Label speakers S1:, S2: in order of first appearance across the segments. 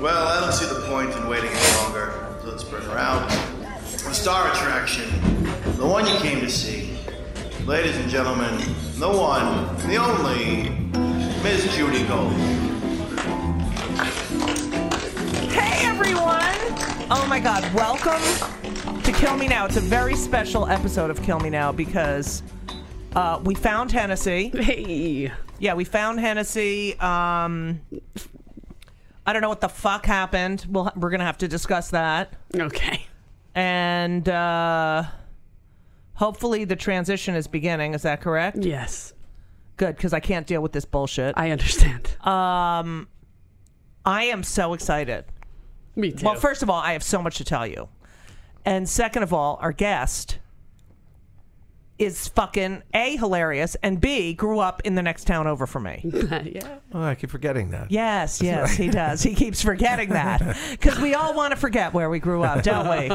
S1: Well, I don't see the point in waiting any longer, so let's bring her out. The star attraction, the one you came to see. Ladies and gentlemen, the one, the only, Miss Judy Gold.
S2: Hey everyone! Oh my god, welcome to Kill Me Now. It's a very special episode of Kill Me Now because uh, we found Hennessy.
S3: Hey.
S2: Yeah, we found Hennessy. Um, I don't know what the fuck happened. We'll, we're going to have to discuss that.
S3: Okay.
S2: And uh, hopefully the transition is beginning. Is that correct?
S3: Yes,
S2: Good, because I can't deal with this bullshit. I,
S3: I understand.
S2: Uh, I am so excited.
S3: Me too.
S2: Well, first of all, I have so much to tell you. And second of all, our guest is fucking A, hilarious, and B, grew up in the next town over from me.
S3: yeah.
S4: Oh, I keep forgetting that.
S2: Yes, yes, he does. He keeps forgetting that because we all want to forget where we grew up, don't we?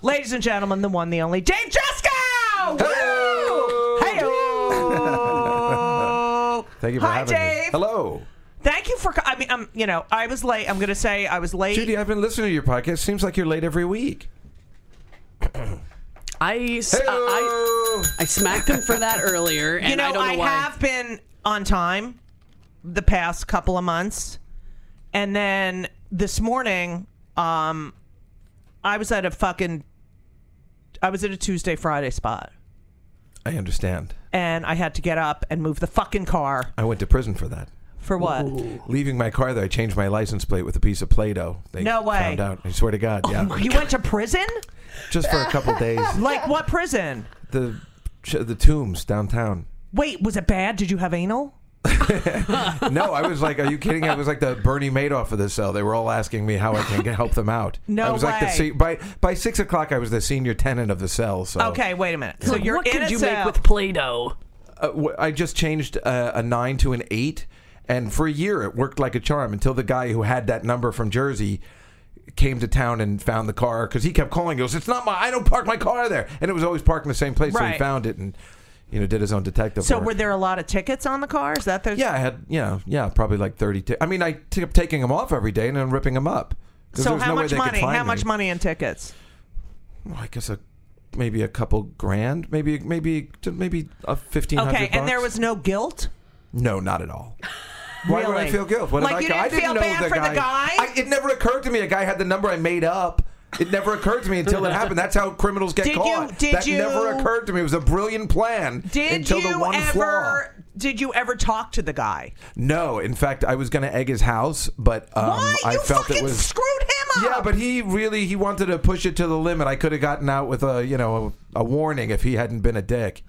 S2: Ladies and gentlemen, the one, the only, Dave Jusko! Woo! Hey-o!
S4: Thank you for
S2: Hi,
S4: having
S2: Dave.
S4: me. Hello.
S2: Thank you for. co- I mean, I'm. You know, I was late. I'm going to say I was late.
S4: Judy, I've been listening to your podcast. Seems like you're late every week.
S3: I,
S2: Uh,
S3: s- I,
S4: Hello.
S3: I smacked him for that earlier, and
S2: you know,
S3: I
S2: I,
S3: don't know why.
S2: have been on time the past couple of months, and then this morning, um, I was at a fucking, I was at a Tuesday Friday spot,
S4: I understand.
S2: and I had to get up and move the fucking car
S4: I went to prison for that.
S2: for what?
S4: Oh Leaving my car there, I changed my license plate with a piece of Play-Doh. They
S2: No way. Oh
S4: Found out. I swear to God. Yeah.
S2: You went to prison?
S4: Just for a couple days.
S2: Like what prison?
S4: The the tombs downtown.
S2: Wait, was it bad? Did you have anal?
S4: No, I was like, are you kidding? I was like the Bernie Madoff of the cell. They were all asking me how I can get- help them out.
S2: No
S4: I was like the
S2: way.
S4: se- by by six o'clock. I was the senior tenant of the cell. So
S2: Okay, wait a minute. So you're
S3: Oh. what
S2: in
S3: could
S2: a
S3: you
S2: cell.
S3: make with Play-Doh?
S4: uh, wh- I just changed uh, a, a nine to an eight, and for a year it worked like a charm until the guy who had that number from Jersey came to town and found the car because he kept calling. He goes, "It's not my. I don't park my car there," and it was always parked in the same place. So
S2: Right.
S4: he found it and you know did his own detective.
S2: so
S4: work.
S2: were there a lot of tickets on the car? Is that the
S4: Yeah, I had yeah yeah probably like thirty. T- I mean, I kept taking them off every day and then ripping them up. 'Cause there
S2: So
S4: was
S2: how
S4: no way
S2: much
S4: they could
S2: money?
S4: find
S2: How much
S4: me.
S2: money in tickets?
S4: Well, I guess a maybe a couple grand, maybe maybe maybe a fifteen hundred.
S2: Okay, and there was no guilt.
S4: No, not at all. Why would I
S2: Really?
S4: feel guilt? What
S2: Like,
S4: did
S2: you
S4: I, do? I
S2: didn't
S4: didn't
S2: feel
S4: know
S2: bad
S4: the
S2: for the
S4: guy.
S2: guy?
S4: I, it never occurred to me a guy had the number I made up. It never occurred to me until it happened. That's how criminals get
S2: Did you-
S4: caught.
S2: did
S4: that
S2: you-
S4: never occurred to me. It was a brilliant plan
S2: Did
S4: until the
S2: you
S4: one flaw.
S2: ever? Did you ever talk to the guy?
S4: No, in fact, I was going to egg his house, but um,
S2: Why
S4: I
S2: you
S4: felt
S2: fucking
S4: it was
S2: screwed him up?
S4: Yeah, but he really he wanted to push it to the limit. I could have gotten out with a you know a, a warning if he hadn't been a dick.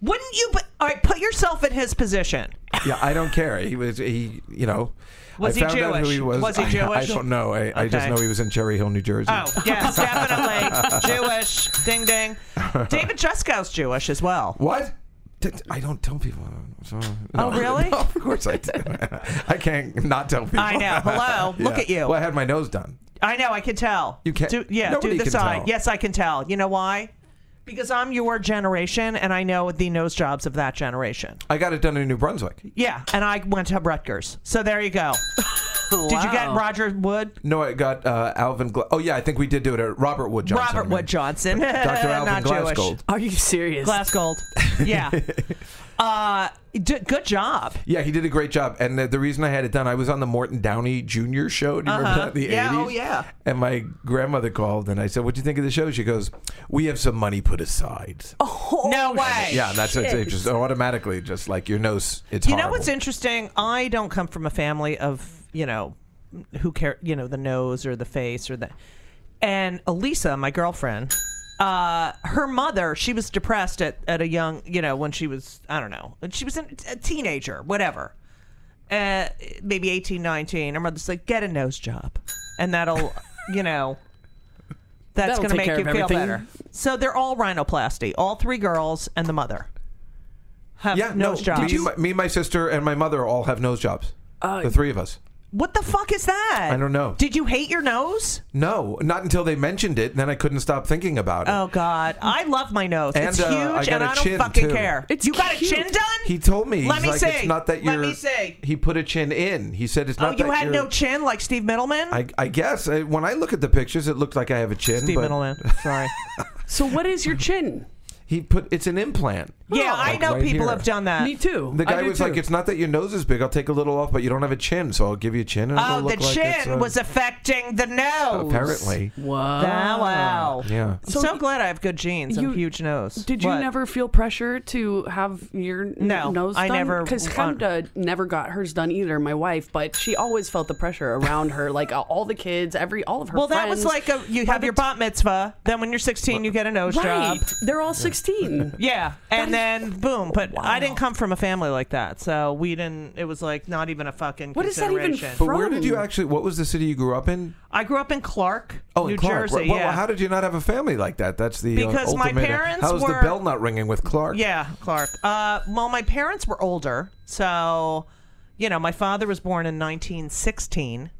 S2: wouldn't you? But all right, put yourself in his position.
S4: Yeah, I don't care. He was he, you know.
S2: Was he
S4: I found out who
S2: Jewish?
S4: he was.
S2: Was he
S4: I- I,
S2: Jewish?
S4: don't know. I, I just
S2: Okay.
S4: know he was in Cherry Hill, New Jersey.
S2: Oh yes, definitely Jewish. Ding ding. David Juskow's Jewish as well.
S4: What? Did- I don't tell people. So,
S2: Oh,
S4: no.
S2: really?
S4: No, of course I do. I can't not tell people.
S2: I know. Hello. Look
S4: Yeah.
S2: at you.
S4: Well, I had my nose done.
S2: I know. I can tell.
S4: You can't-
S2: Do, yeah. Do
S4: nobody
S2: the
S4: can
S2: side.
S4: tell.
S2: Yes, I can tell. You know why? Because I'm your generation, and I know the nose jobs of that generation.
S4: I got it done in New Brunswick.
S2: Yeah, and I went to Rutgers. So there you go. Did you get
S3: Oh, Wow.
S2: Roger Wood?
S4: No, I got uh, Alvin. Gla- oh yeah, I think we did do it at Robert Wood Johnson. I
S2: Robert
S4: mean.
S2: Wood Johnson.
S4: Dr. Alvin
S2: Not
S4: Glasgow.
S2: Jewish.
S3: Are you serious?
S2: Glasgold. Yeah. uh, d- good job.
S4: Yeah, he did a great job. And the, the reason I had it done, I was on the Morton Downey Jr. show. Do you remember that? in The
S2: Yeah,
S4: 80s?
S2: oh, yeah.
S4: And my grandmother called and I said, What'd you think of the show? She goes, We have some money put aside. Oh,
S2: no way.
S4: yeah, and that's it. It just automatically, just like your nose, it's
S2: You know
S4: horrible.
S2: what's interesting? I don't come from a family of, you know, who care, you know, the nose or the face or the. And Elisa, my girlfriend, uh, her mother, she was depressed at, at a young, you know, when she was, I don't know, she was an- a teenager, whatever. uh, maybe 18, 19. Her mother's like, get a nose job. And that'll, you know, that's
S3: That'll
S2: going to
S3: take
S2: make
S3: care
S2: you
S3: of
S2: feel
S3: everything.
S2: better. So they're all rhinoplasty, all three girls and the mother have
S4: Yeah,
S2: nose
S4: no,
S2: jobs.
S4: Me, my, me, my sister, and my mother all have nose jobs.
S3: Uh,
S4: the three of us.
S2: what the fuck is that?
S4: I don't know.
S2: Did you hate your nose?
S4: No, not until they mentioned it. Then I couldn't stop thinking about it.
S2: Oh God, I love my nose. it's
S4: And,
S2: huge,
S4: uh, I got
S2: and
S4: a
S2: I don't
S4: chin,
S2: fucking
S4: too.
S2: care.
S3: It's
S2: you got a
S3: cute.
S2: chin done?
S4: He told me.
S2: Let
S4: he's
S2: me
S4: like,
S2: see.
S4: It's not that
S2: Let
S4: you're.
S2: me see.
S4: He put a chin in. He said it's
S2: Oh,
S4: not.
S2: you
S4: that
S2: had
S4: you're-
S2: no chin like Steve Middleman.
S4: I, I guess I, when I look at the pictures, it looked like I have a chin.
S2: Steve
S4: but
S2: Middleman. Sorry.
S3: So what is your chin?
S4: He put it's an implant. Oh,
S2: yeah, I
S4: Like
S2: know
S4: right
S2: people
S4: here.
S2: have done that.
S3: Me too.
S4: Uh, The
S3: I
S4: guy
S3: do
S4: was
S3: too.
S4: like, "It's not that your nose is big. I'll take a little off, but you don't have a chin, so I'll give you a chin." And
S2: Oh,
S4: it'll
S2: the
S4: look like it's
S2: chin
S4: a-
S2: was affecting the nose.
S4: apparently.
S3: Wow.
S2: Wow, wow.
S4: Yeah.
S2: I'm so, glad I have good genes and
S3: Oh. you-
S2: a huge nose.
S3: Did you
S2: What?
S3: never feel pressure to have your n-
S2: No,
S3: nose
S2: I
S3: done?
S2: never
S3: Because
S2: want-
S3: Hamda never got hers done either, my wife, but she always felt the pressure around her, like uh, all the kids, every all of her
S2: Well, that was like
S3: friends.
S2: a you
S3: By
S2: have
S3: the
S2: your
S3: t-
S2: bat mitzvah. Then when you're 16, you get a nose
S3: Right.
S2: job.
S3: They're all 16.
S2: Yeah, and
S3: That
S2: then boom. But I didn't
S3: Wow.
S2: come from a family like that, so we didn't. It was like not even a fucking.
S3: What is that even
S2: consideration.
S4: But where did you
S3: From-
S4: actually? What was the city you grew up in?
S2: I grew up in Clark,
S4: Oh,
S2: New
S4: in Clark.
S2: Jersey.
S4: Well,
S2: yeah,
S4: How did you not have a family like that? That's the uh,
S2: Because my
S4: ultimate-
S2: parents
S4: How's
S2: were-
S4: the bell not ringing with Clark?
S2: yeah, Clark. Uh, well, my parents were older, so you know, my father was born in 1916,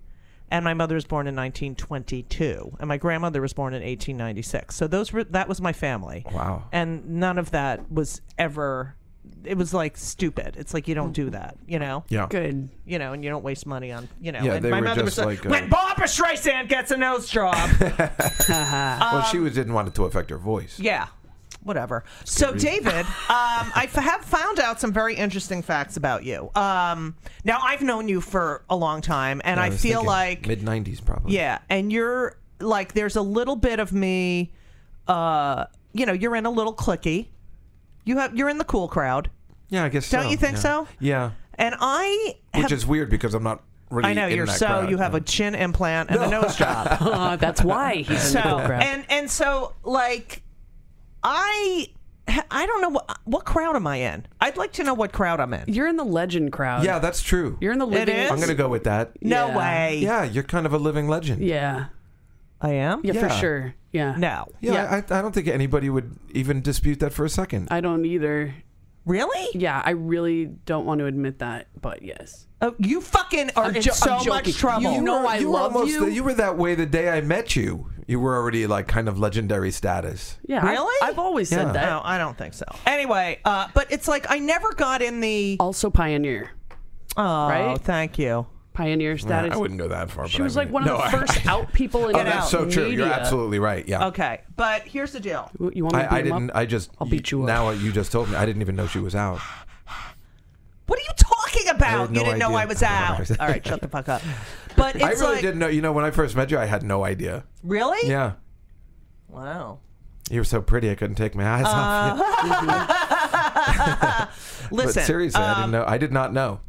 S2: and my mother was born in 1922, and my grandmother was born in 1896. So those were that was my family.
S4: Wow.
S2: And none of that was ever. It was like stupid. It's like you don't do that, you know.
S4: Yeah.
S3: Good.
S2: you know, and you don't waste money on, you know.
S4: Yeah,
S2: and
S4: they
S2: my
S4: were
S2: mother
S4: just
S2: was
S4: like, uh,
S2: when Barbara Streisand gets a nose job.
S4: Well, she was, didn't want it to affect her voice.
S2: Um, yeah, whatever. So, David, um, I f- have found out some very interesting facts about you. Um, now, I've known you for a long time, and I,
S4: was
S2: feel
S4: thinking
S2: like,
S4: mid '90s probably.
S2: yeah, and you're like, there's a little bit of me, uh, you know, you're in a little clicky. You have, you're in the cool crowd,
S4: Yeah, I guess.
S2: Don't
S4: so.
S2: you think
S4: yeah.
S2: so?
S4: Yeah.
S2: and I.
S4: Which is weird because I'm not really.
S2: I know
S4: in
S2: you're
S4: that
S2: so.
S4: crowd.
S2: You have a chin implant and a nose job.
S3: Uh, that's why he's in
S2: so
S3: the cool crowd.
S2: and and so like i i don't know what, what crowd am i in i'd like to know what crowd i'm in
S3: You're in the legend crowd.
S4: Yeah, that's true.
S3: You're in the living.
S2: is?
S4: I'm gonna go with that.
S2: no
S3: Yeah.
S2: way
S4: Yeah, you're kind of a living legend.
S3: Yeah.
S2: i am
S3: Yeah, for
S4: Yeah.
S3: sure. Yeah.
S2: no
S4: Yeah,
S3: Yeah.
S4: I, I don't think anybody would even dispute that for a second.
S3: I don't either.
S2: really
S3: Yeah, I really don't want to admit that, but yes.
S2: oh, you fucking are
S3: I'm
S2: in
S3: jo- I'm
S2: so
S3: joking.
S2: much trouble
S3: You know
S4: were-
S3: I
S4: were
S3: love
S4: almost
S3: you.
S4: the- you were that way the day I met you. You were already like kind of legendary status.
S3: Yeah. I-
S2: Really?
S3: I've, always
S4: Yeah.
S3: said that.
S2: no i don't think so anyway uh but it's like i never got in the oh
S3: Also pioneer. right?
S2: thank you
S3: Pioneer status.
S4: I wouldn't go that far.
S3: she
S4: but I
S3: was like
S4: mean-
S3: one of
S4: No,
S3: the
S4: I-
S3: first out people in
S4: Oh, that's so true.
S3: media.
S4: You're absolutely right. Yeah.
S2: okay but here's the deal
S3: You want me to
S4: I, I
S3: beat 'em
S4: didn't.
S3: up?
S4: I just.
S3: I'll beat you up.
S4: Now you just told me. I didn't even know she was out.
S2: what are you talking
S4: I
S2: about
S4: had
S2: you
S4: no
S2: didn't know
S4: idea.
S2: i was out all right shut the fuck up but it's
S4: I really
S2: like
S4: didn't know. You know, when I first met you, I had no idea.
S2: really
S4: Yeah.
S2: wow
S4: You were so pretty, I couldn't take my eyes
S3: Uh,
S4: off you. But
S2: listen um,
S4: seriously, I didn't know. I did not know.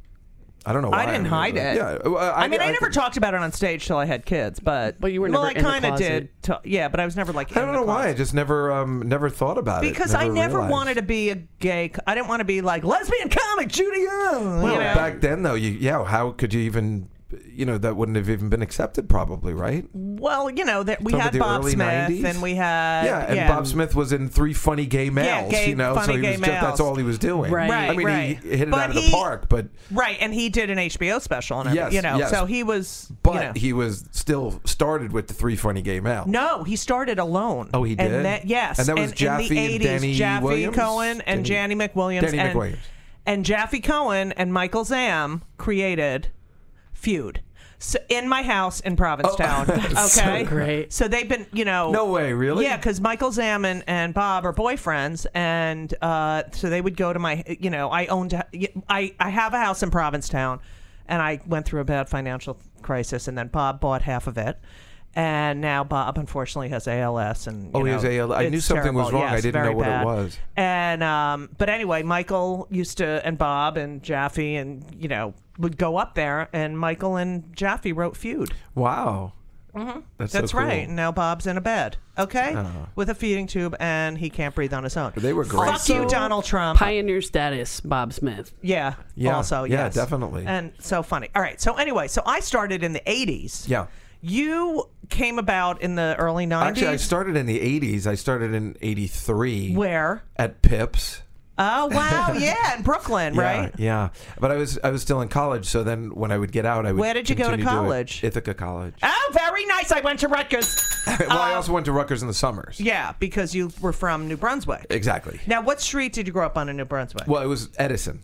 S4: I don't know why.
S2: I didn't hide it.
S4: Yeah. well,
S2: I, mean, I, never
S4: could-
S2: talked about it on stage till I had kids, but
S3: But you were
S2: well,
S3: never
S2: I
S3: in the
S2: kind of
S3: closet.
S2: did. t- yeah, but I was never like.
S4: I don't know why. I just never, um, never thought about it.
S2: Because I never
S4: realized.
S2: wanted to be a gay. c- I didn't want to be like lesbian comic Judy Young.
S4: Well,
S2: you know?
S4: back then though, you yeah, how could you even? You know, that wouldn't have even been accepted, probably, right?
S2: Uh, well, you know that we
S4: Talking
S2: had
S4: about the
S2: Bob
S4: early
S2: Smith
S4: 90s?
S2: and we had
S4: yeah, and Bob Smith was in three funny gay males.
S2: gay-
S4: you know, so
S2: funny
S4: he
S2: gay
S4: was just
S2: males.
S4: that's all he was doing.
S3: Right.
S4: I mean,
S2: Right,
S4: he hit it
S2: right.
S4: out of
S2: But
S4: the
S2: he-
S4: park, but
S2: Right, and he did an HBO special and
S4: Yes,
S2: everything, you know,
S4: yes.
S2: so he was.
S4: but
S2: you know.
S4: he was still started with the three funny gay males.
S2: No, he started alone.
S4: Oh, he did?
S2: And that, yes,
S4: And that was
S2: in
S4: Jaffe
S2: the
S4: and
S2: 80s,
S4: Danny
S2: Jaffe
S4: Williams?
S2: Cohen and
S4: Danny-
S2: Janny McWilliams,
S4: Danny
S2: and,
S4: McWilliams.
S2: and Jaffe Cohen and Michael Zam created Feud. So in my house in Provincetown.
S4: Oh, So
S2: okay,
S3: great.
S2: So they've been, you know,
S4: No way, really?
S2: Yeah, because Michael Zam and, and Bob are boyfriends, and uh, so they would go to my, you know, I owned, I I have a house in Provincetown, and I went through a bad financial crisis, and then Bob bought half of it. And now Bob unfortunately has ALS, and you
S4: Oh, he
S2: know,
S4: has ALS. I
S2: it's
S4: knew something was
S2: terrible.
S4: wrong.
S2: Yeah,
S4: I
S2: it's
S4: didn't
S2: very
S4: know what it
S2: bad.
S4: was.
S2: And um, but anyway, Michael used to and Bob and Jaffe and you know would go up there, and Michael and Jaffe wrote Feud.
S4: Wow. That's, so
S2: Mm-hmm. That's
S4: cool. Uh-huh.
S2: right. Now Bob's in a bed, okay, with a feeding tube, and he can't breathe on his own.
S4: They were great.
S2: Fuck
S4: Also-
S2: you, Donald Trump.
S3: Pioneer status, Bob Smith.
S2: yeah.
S4: Yeah,
S2: Also,
S4: yeah,
S2: yes.
S4: definitely.
S2: And so funny. All right. So anyway, so I started in the '80s.
S4: Yeah.
S2: You came about in the early '90s.
S4: Actually, I started in the 80s. I started in 83.
S2: Where?
S4: At Pips.
S2: Oh wow, yeah, in Brooklyn, right?
S4: Yeah, yeah. But I was I was still in college, so then when I would get out, I would.
S2: Where did you go to
S4: continue doing it.
S2: college?
S4: Ithaca College.
S2: Oh, very nice. I went to Rutgers.
S4: well, I also went to Rutgers in the summers.
S2: Oh. yeah, because you were from New Brunswick.
S4: Exactly.
S2: Now, what street did you grow up on in New Brunswick?
S4: Well, it was Edison.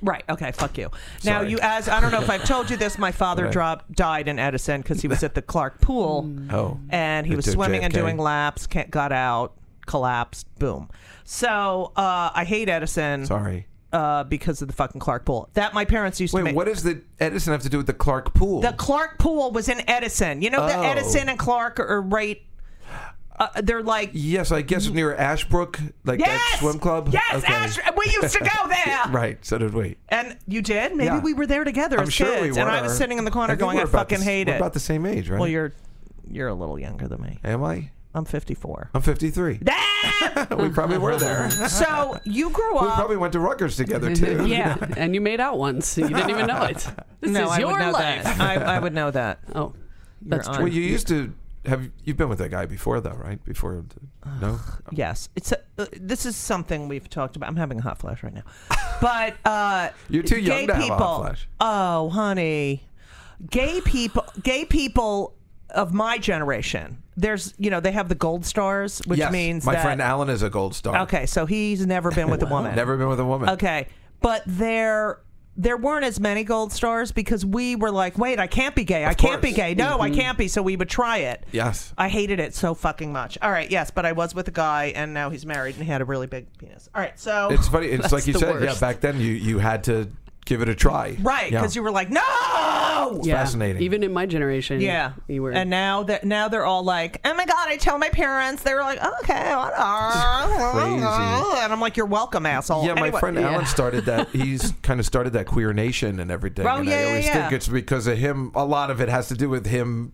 S2: Right. Okay. Fuck you. Now
S4: Sorry.
S2: you as I don't know if I've told you this. My father
S4: Right.
S2: dropped died in Edison because he was at the Clark Pool,
S4: Oh.
S2: and he
S4: With
S2: was
S4: the
S2: swimming and
S4: JFK.
S2: doing laps. ca- Got out, collapsed. Boom. So uh, I hate Edison
S4: Sorry.
S2: uh, because of the fucking Clark Pool. That my parents used to
S4: Wait,
S2: make.
S4: what does the Edison have to do with the Clark Pool?
S2: The Clark Pool was in Edison. You know, the
S4: Oh.
S2: Edison and Clark are right. Uh, they're like
S4: yes, I guess near Ashbrook, like that
S2: Mm. yes,
S4: swim club.
S2: Yes,
S4: Okay.
S2: Ash- uh, we used to go there.
S4: Right. So did we.
S2: And you did? Maybe
S4: Yeah.
S2: we were there together
S4: I'm
S2: as
S4: sure we
S2: kids.
S4: were.
S2: And I was sitting in the corner
S4: I think
S2: going,
S4: we're
S2: "I
S4: about
S2: fucking
S4: the s-
S2: hate
S4: we're
S2: it."
S4: About the same age, right?
S2: well, you're you're a little younger than me.
S4: Am I?
S2: I'm 54.
S4: I'm 53.
S2: Ah!
S4: we probably were there.
S2: so you grew
S4: we
S2: up.
S4: probably went to Rutgers together too.
S3: yeah, and you made out once. You didn't even know it. This
S2: no,
S3: is
S2: I
S3: your
S2: would know
S3: life.
S2: that. I, I would know that.
S3: Oh, that's
S2: You're
S3: true.
S4: Well, you used to have. You've been with that guy before, though, right? Before, the- no.
S2: Yes, it's a, uh, this is something we've talked about. I'm having a hot flash right now, but uh,
S4: You're too young
S2: gay
S4: to have a
S2: people,
S4: hot flash.
S2: Oh, honey, gay people, gay people of my generation. There's, you know, they have the gold stars, which
S4: Yes,
S2: means
S4: my
S2: that-
S4: friend Alan is a gold star.
S2: Okay, so he's never been with a woman.
S4: Never been with a woman.
S2: Okay, but there there weren't as many gold stars because we were like, wait, I can't be gay. I can't be
S4: course.
S2: gay. No,
S3: Mm-hmm.
S2: I can't be. So we would try it.
S4: Yes.
S2: I hated it so fucking much. All right, yes, but I was with a guy, and now he's married and he had a really big penis. All right, so
S4: It's funny. It's like you
S3: the
S4: said. Yeah,
S3: worst.
S4: back then you you had to give it a try.
S2: right because you were like, no.
S3: yeah.
S4: fascinating.
S3: Even in my generation,
S2: Yeah,
S3: you were.
S2: and now that now they're all like, "Oh my god!" I tell my parents, they were like, "Oh, "Okay, what
S4: crazy.
S2: and I'm like, "You're welcome, asshole."
S4: Yeah, my
S2: Anyway.
S4: friend Alan started that. He's kind of started that queer nation and everything.
S2: Oh,
S4: and
S2: yeah,
S4: I
S2: yeah,
S4: always
S2: yeah.
S4: think it's because of him. A lot of it has to do with him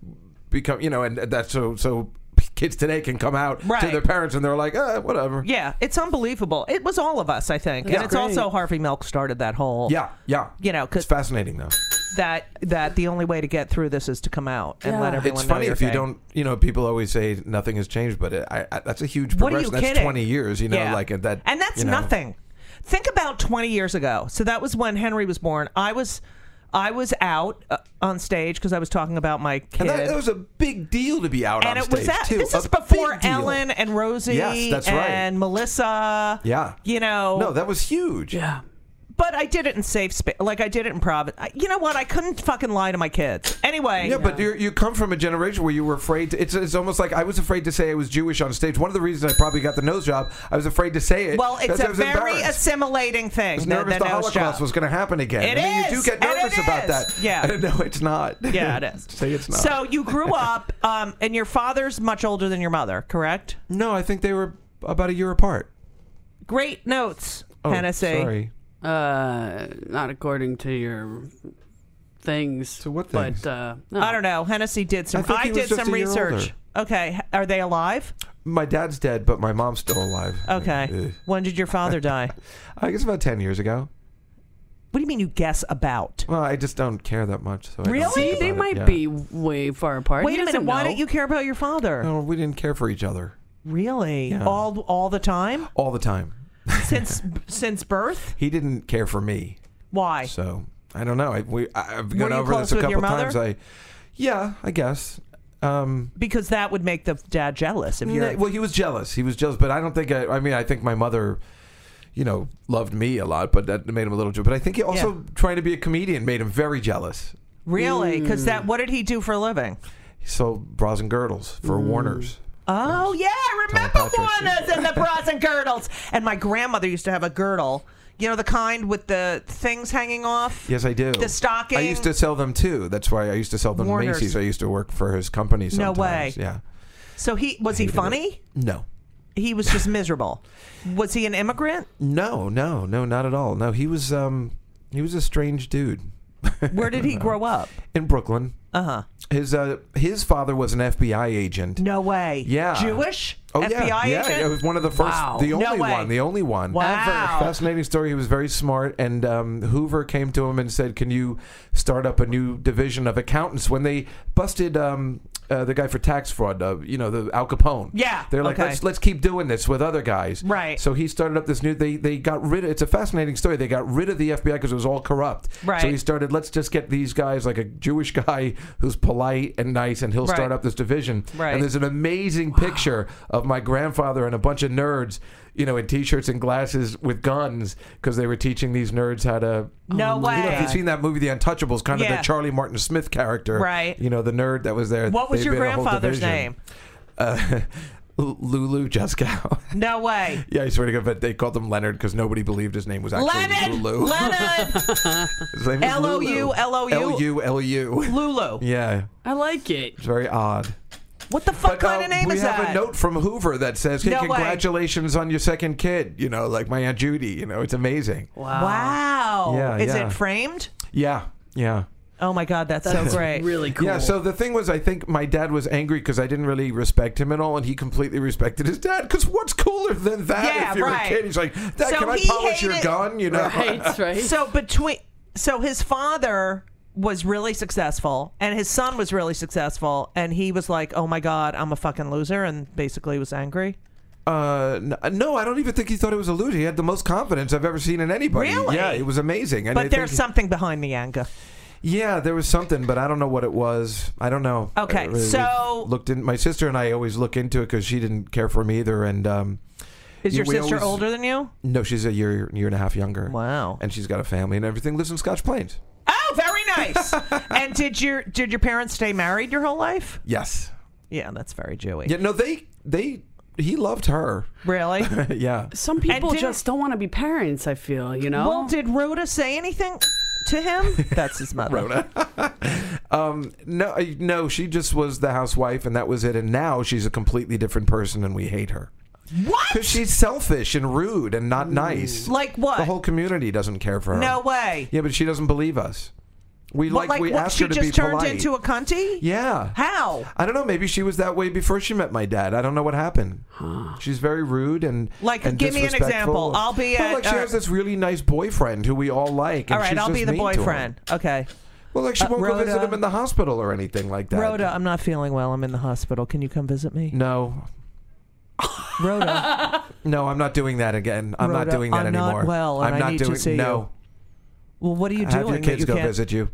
S4: become, you know, and that's so so kids today can come out to
S2: Right.
S4: their parents and they're like, eh, whatever.
S2: Yeah, it's unbelievable. It was all of us, I think, and
S3: That's
S2: it's
S3: great.
S2: also Harvey Milk started that whole
S4: yeah, yeah.
S2: You know, 'cause-
S4: it's fascinating though.
S2: that that the only way to get through this is to come out and let
S3: Yeah.
S2: everyone.
S4: It's
S2: know
S4: funny
S2: your
S4: if you
S2: thing.
S4: don't. You know, people always say nothing has changed, but it, I, I, that's a huge
S2: What are you
S4: progression. that's
S2: kidding?
S4: twenty years. You know,
S2: Yeah.
S4: like uh, that.
S2: and that's
S4: you know.
S2: nothing. Think about 20 years ago. So that was when Henry was born. I was. I was out uh, on stage because I was talking about my kid,
S4: And that, that was a big deal to be out
S2: And
S4: on
S2: it
S4: stage
S2: was that.
S4: too.
S2: This
S4: A
S2: is before
S4: big deal.
S2: Ellen and Rosie
S4: Yes, that's right.
S2: and Melissa.
S4: Yeah.
S2: you know,
S4: No, that was huge.
S3: yeah,
S2: but I did it in safe space. Like I did it in private. I, you know what? I couldn't fucking lie to my kids. Anyway,
S4: Yeah, but you you come from a generation where you were afraid. To, it's it's almost like I was afraid to say I was Jewish on stage. One of the reasons I probably got the nose job, I was afraid to say it.
S2: Well, it's
S4: because I
S2: a
S4: was
S2: very
S4: embarrassed.
S2: assimilating thing.
S4: I was
S2: that-
S4: nervous
S2: that
S4: the
S2: nose
S4: Holocaust
S2: job.
S4: was going to happen again.
S2: It
S4: I mean, you
S2: is,
S4: do get
S2: and it
S4: nervous about
S2: is.
S4: that.
S2: Yeah.
S4: no, it's not.
S2: Yeah, it is.
S4: say it's not.
S2: So you grew up, um, and your father's much older than your mother, correct?
S4: no, I think they were about a year apart.
S2: Great notes,
S4: Oh,
S2: Hennessy.
S4: sorry.
S3: uh, not according to your things. To
S4: what things?
S3: But uh,
S2: I don't know. Hennessy did some.
S4: I think he was
S2: did
S4: just
S2: some
S4: a year
S2: research. Okay, h- are they alive?
S4: My dad's dead, but my mom's still alive.
S2: Okay.
S4: Ugh.
S2: When did your father die?
S4: I guess about ten years ago.
S2: What do you mean you guess about?
S4: Well, I just don't care that much. So I don't
S2: Really?
S4: think
S3: See,
S4: about
S3: they
S4: it,
S3: might
S4: yeah.
S3: be way far apart.
S2: Wait
S3: He
S2: a minute.
S3: doesn't
S2: Why
S3: know.
S2: don't you care about your father?
S4: No, we didn't care for each other
S2: Really?
S4: Yeah.
S2: All all the time
S4: all the time.
S2: since since birth?
S4: He didn't care for me.
S2: Why?
S4: So I don't know. I, we I- I've
S2: Were
S4: gone
S2: you
S4: over this
S2: close
S4: a
S2: with
S4: couple
S2: your mother?
S4: times. I, yeah, I guess. Um,
S2: Because that would make the dad jealous if you're.
S4: n- well, he was jealous. He was jealous, but I don't think. I, I mean, I think my mother, you know, loved me a lot, but that made him a little. jealous. But I think he also
S2: Yeah.
S4: trying to be a comedian made him very jealous.
S2: Really? Because that
S4: mm.
S2: what did he do for a living?
S4: He sold bras and girdles for Warner's.
S2: Oh yeah, I remember
S4: Patrick.
S2: Warner's and the bras and girdles. And my grandmother used to have a girdle, you know, the kind with the things hanging off.
S4: Yes, I do.
S2: The stocking.
S4: I used to sell them too. That's why I used to sell them to
S2: Warner's.
S4: Macy's. I used to work for his company.
S2: No
S4: Sometimes.
S2: way.
S4: Yeah.
S2: So he was he
S4: Hated it.
S2: funny?
S4: No.
S2: He was just miserable. Was he an immigrant?
S4: No, no, no, not at all. No, he was um he was a strange dude.
S2: Where did he grow up?
S4: in Brooklyn. Uh
S2: Uh-huh.
S4: huh. His uh his father was an FBI agent.
S2: No way.
S4: Yeah.
S2: Jewish?
S4: Oh
S2: FBI
S4: yeah,
S2: agent?
S4: yeah. It was one of the first,
S3: Wow.
S4: the
S2: No
S4: only
S2: way.
S4: one, the only one.
S2: Wow.
S4: Fascinating story. He was very smart, and um, Hoover came to him and said, "Can you start up a new division of accountants?" When they busted um, uh, the guy for tax fraud, uh, you know, the Al Capone.
S2: Yeah,
S4: they're like,
S2: okay.
S4: "Let's let's keep doing this with other guys."
S2: Right.
S4: So he started up this new. They they got rid. of It's a fascinating story. They got rid of the FBI because it was all corrupt.
S2: Right.
S4: So he started. Let's just get these guys, like a Jewish guy who's polite and nice, and he'll
S2: Right.
S4: start up this division.
S2: Right.
S4: And there's an amazing picture of my grandfather and a bunch of nerds, you know, in t-shirts and glasses with guns because they were teaching these nerds how to.
S2: No
S4: You know, if
S2: way.
S4: you've seen that movie, The Untouchables, kind of
S2: Yeah.
S4: the Charlie Martin Smith character,
S2: Right.
S4: You know, the nerd that was there.
S2: What was
S4: They
S2: your
S4: made a whole
S2: grandfather's
S4: division.
S2: name?
S4: Uh, L- Lulu Juskow.
S2: No way.
S4: yeah, I swear to God, but they called him Leonard because nobody believed his name was actually
S2: Leonard.
S4: Lulu.
S2: Leonard.
S4: His name was
S2: L-O-U,
S4: Lulu.
S2: L-O-U.
S4: L-U, L-U.
S2: Lulu.
S4: Yeah,
S3: I like it.
S4: it's very odd.
S2: What the fuck
S4: But,
S2: kind of
S4: uh,
S2: name
S4: we
S2: is
S4: have
S2: that?
S4: a note from Hoover that says, "Hey,
S2: No way.
S4: congratulations on your second kid." You know, like my aunt Judy. You know, it's amazing.
S2: Wow.
S4: uh, Yeah,
S2: is
S4: yeah.
S2: it framed?
S4: Yeah, yeah,
S2: Oh my god, that's, so great.
S3: Really cool.
S4: yeah. So the thing was, I think my dad was angry because I didn't really respect him at all, and he completely respected his dad. Because what's cooler than that?
S2: Yeah,
S4: if you're
S2: right.
S4: a kid, he's like, "Dad,
S2: So
S4: can I
S2: he
S4: polish your
S2: hated-
S4: gun?" You know.
S3: right, right.
S2: So between so his father was really successful and his son was really successful and he was like, "Oh my god, I'm a fucking loser." And basically was angry.
S4: Uh, n- no, I don't even think he thought it was a loser. He had the most confidence I've ever seen in anybody.
S2: Really?
S4: Yeah, it was amazing. And
S2: But
S4: I think-
S2: there's something behind the anger.
S4: Yeah, there was something, but I don't know what it was. I don't know.
S2: Okay,
S4: I really
S2: so-
S4: looked in. My sister and I always look into it because she didn't care for him either, and um,
S2: Is
S4: Yeah,
S2: your
S4: we
S2: sister
S4: always-
S2: older than you?
S4: no, she's a year year and a half younger.
S2: Wow.
S4: And she's got a family and everything. Lives in Scotch Plains.
S2: Oh, very nice. and did your did your parents stay married your whole life?
S4: Yes.
S2: Yeah, that's very Jewy.
S4: Yeah. No, they they he loved her.
S2: Really?
S4: yeah.
S3: Some people
S2: didn't-
S3: just don't want to be parents. I feel you know.
S2: Well, did Rhoda say anything to him? That's his mother. Rhoda.
S4: No, I- no, she just was the housewife, and that was it. And now she's a completely different person, and we hate her
S2: What?
S4: because she's selfish and rude and not nice.
S2: Like what?
S4: the whole community doesn't care for her.
S2: no way.
S4: Yeah, but she doesn't believe us. We
S2: What,
S4: like,
S2: like
S4: we
S2: what?
S4: asked
S2: She
S4: her to
S2: just
S4: be
S2: turned
S4: polite.
S2: into a cunty?
S4: yeah.
S2: How?
S4: I don't know. Maybe she was that way before she met my dad. I don't know what happened. She's very rude and
S2: Like,
S4: and
S2: give me an
S4: disrespectful.
S2: example. I'll be
S4: well,
S2: at-
S4: like she
S2: uh,
S4: has this really nice boyfriend who we all like. And
S2: All right,
S4: she's
S2: I'll
S4: just
S2: be the
S4: mean to him.
S2: boyfriend. Okay.
S4: Well, like she
S2: Uh,
S4: won't go visit
S2: Rhoda.
S4: him in the hospital or anything like that.
S2: Rhoda, I'm not feeling well. I'm in the hospital. Can you come visit me?
S4: No,
S2: Rhoda,
S4: no, I'm not doing that again. I'm
S2: Rhoda,
S4: not doing that
S2: I'm not
S4: anymore.
S2: well, and
S4: I'm
S2: I
S4: not
S2: need to
S4: doing.
S2: see
S4: no,
S2: well, what are you
S4: have
S2: doing?
S4: your
S2: that
S4: kids
S2: you
S4: go
S2: can't-
S4: visit you.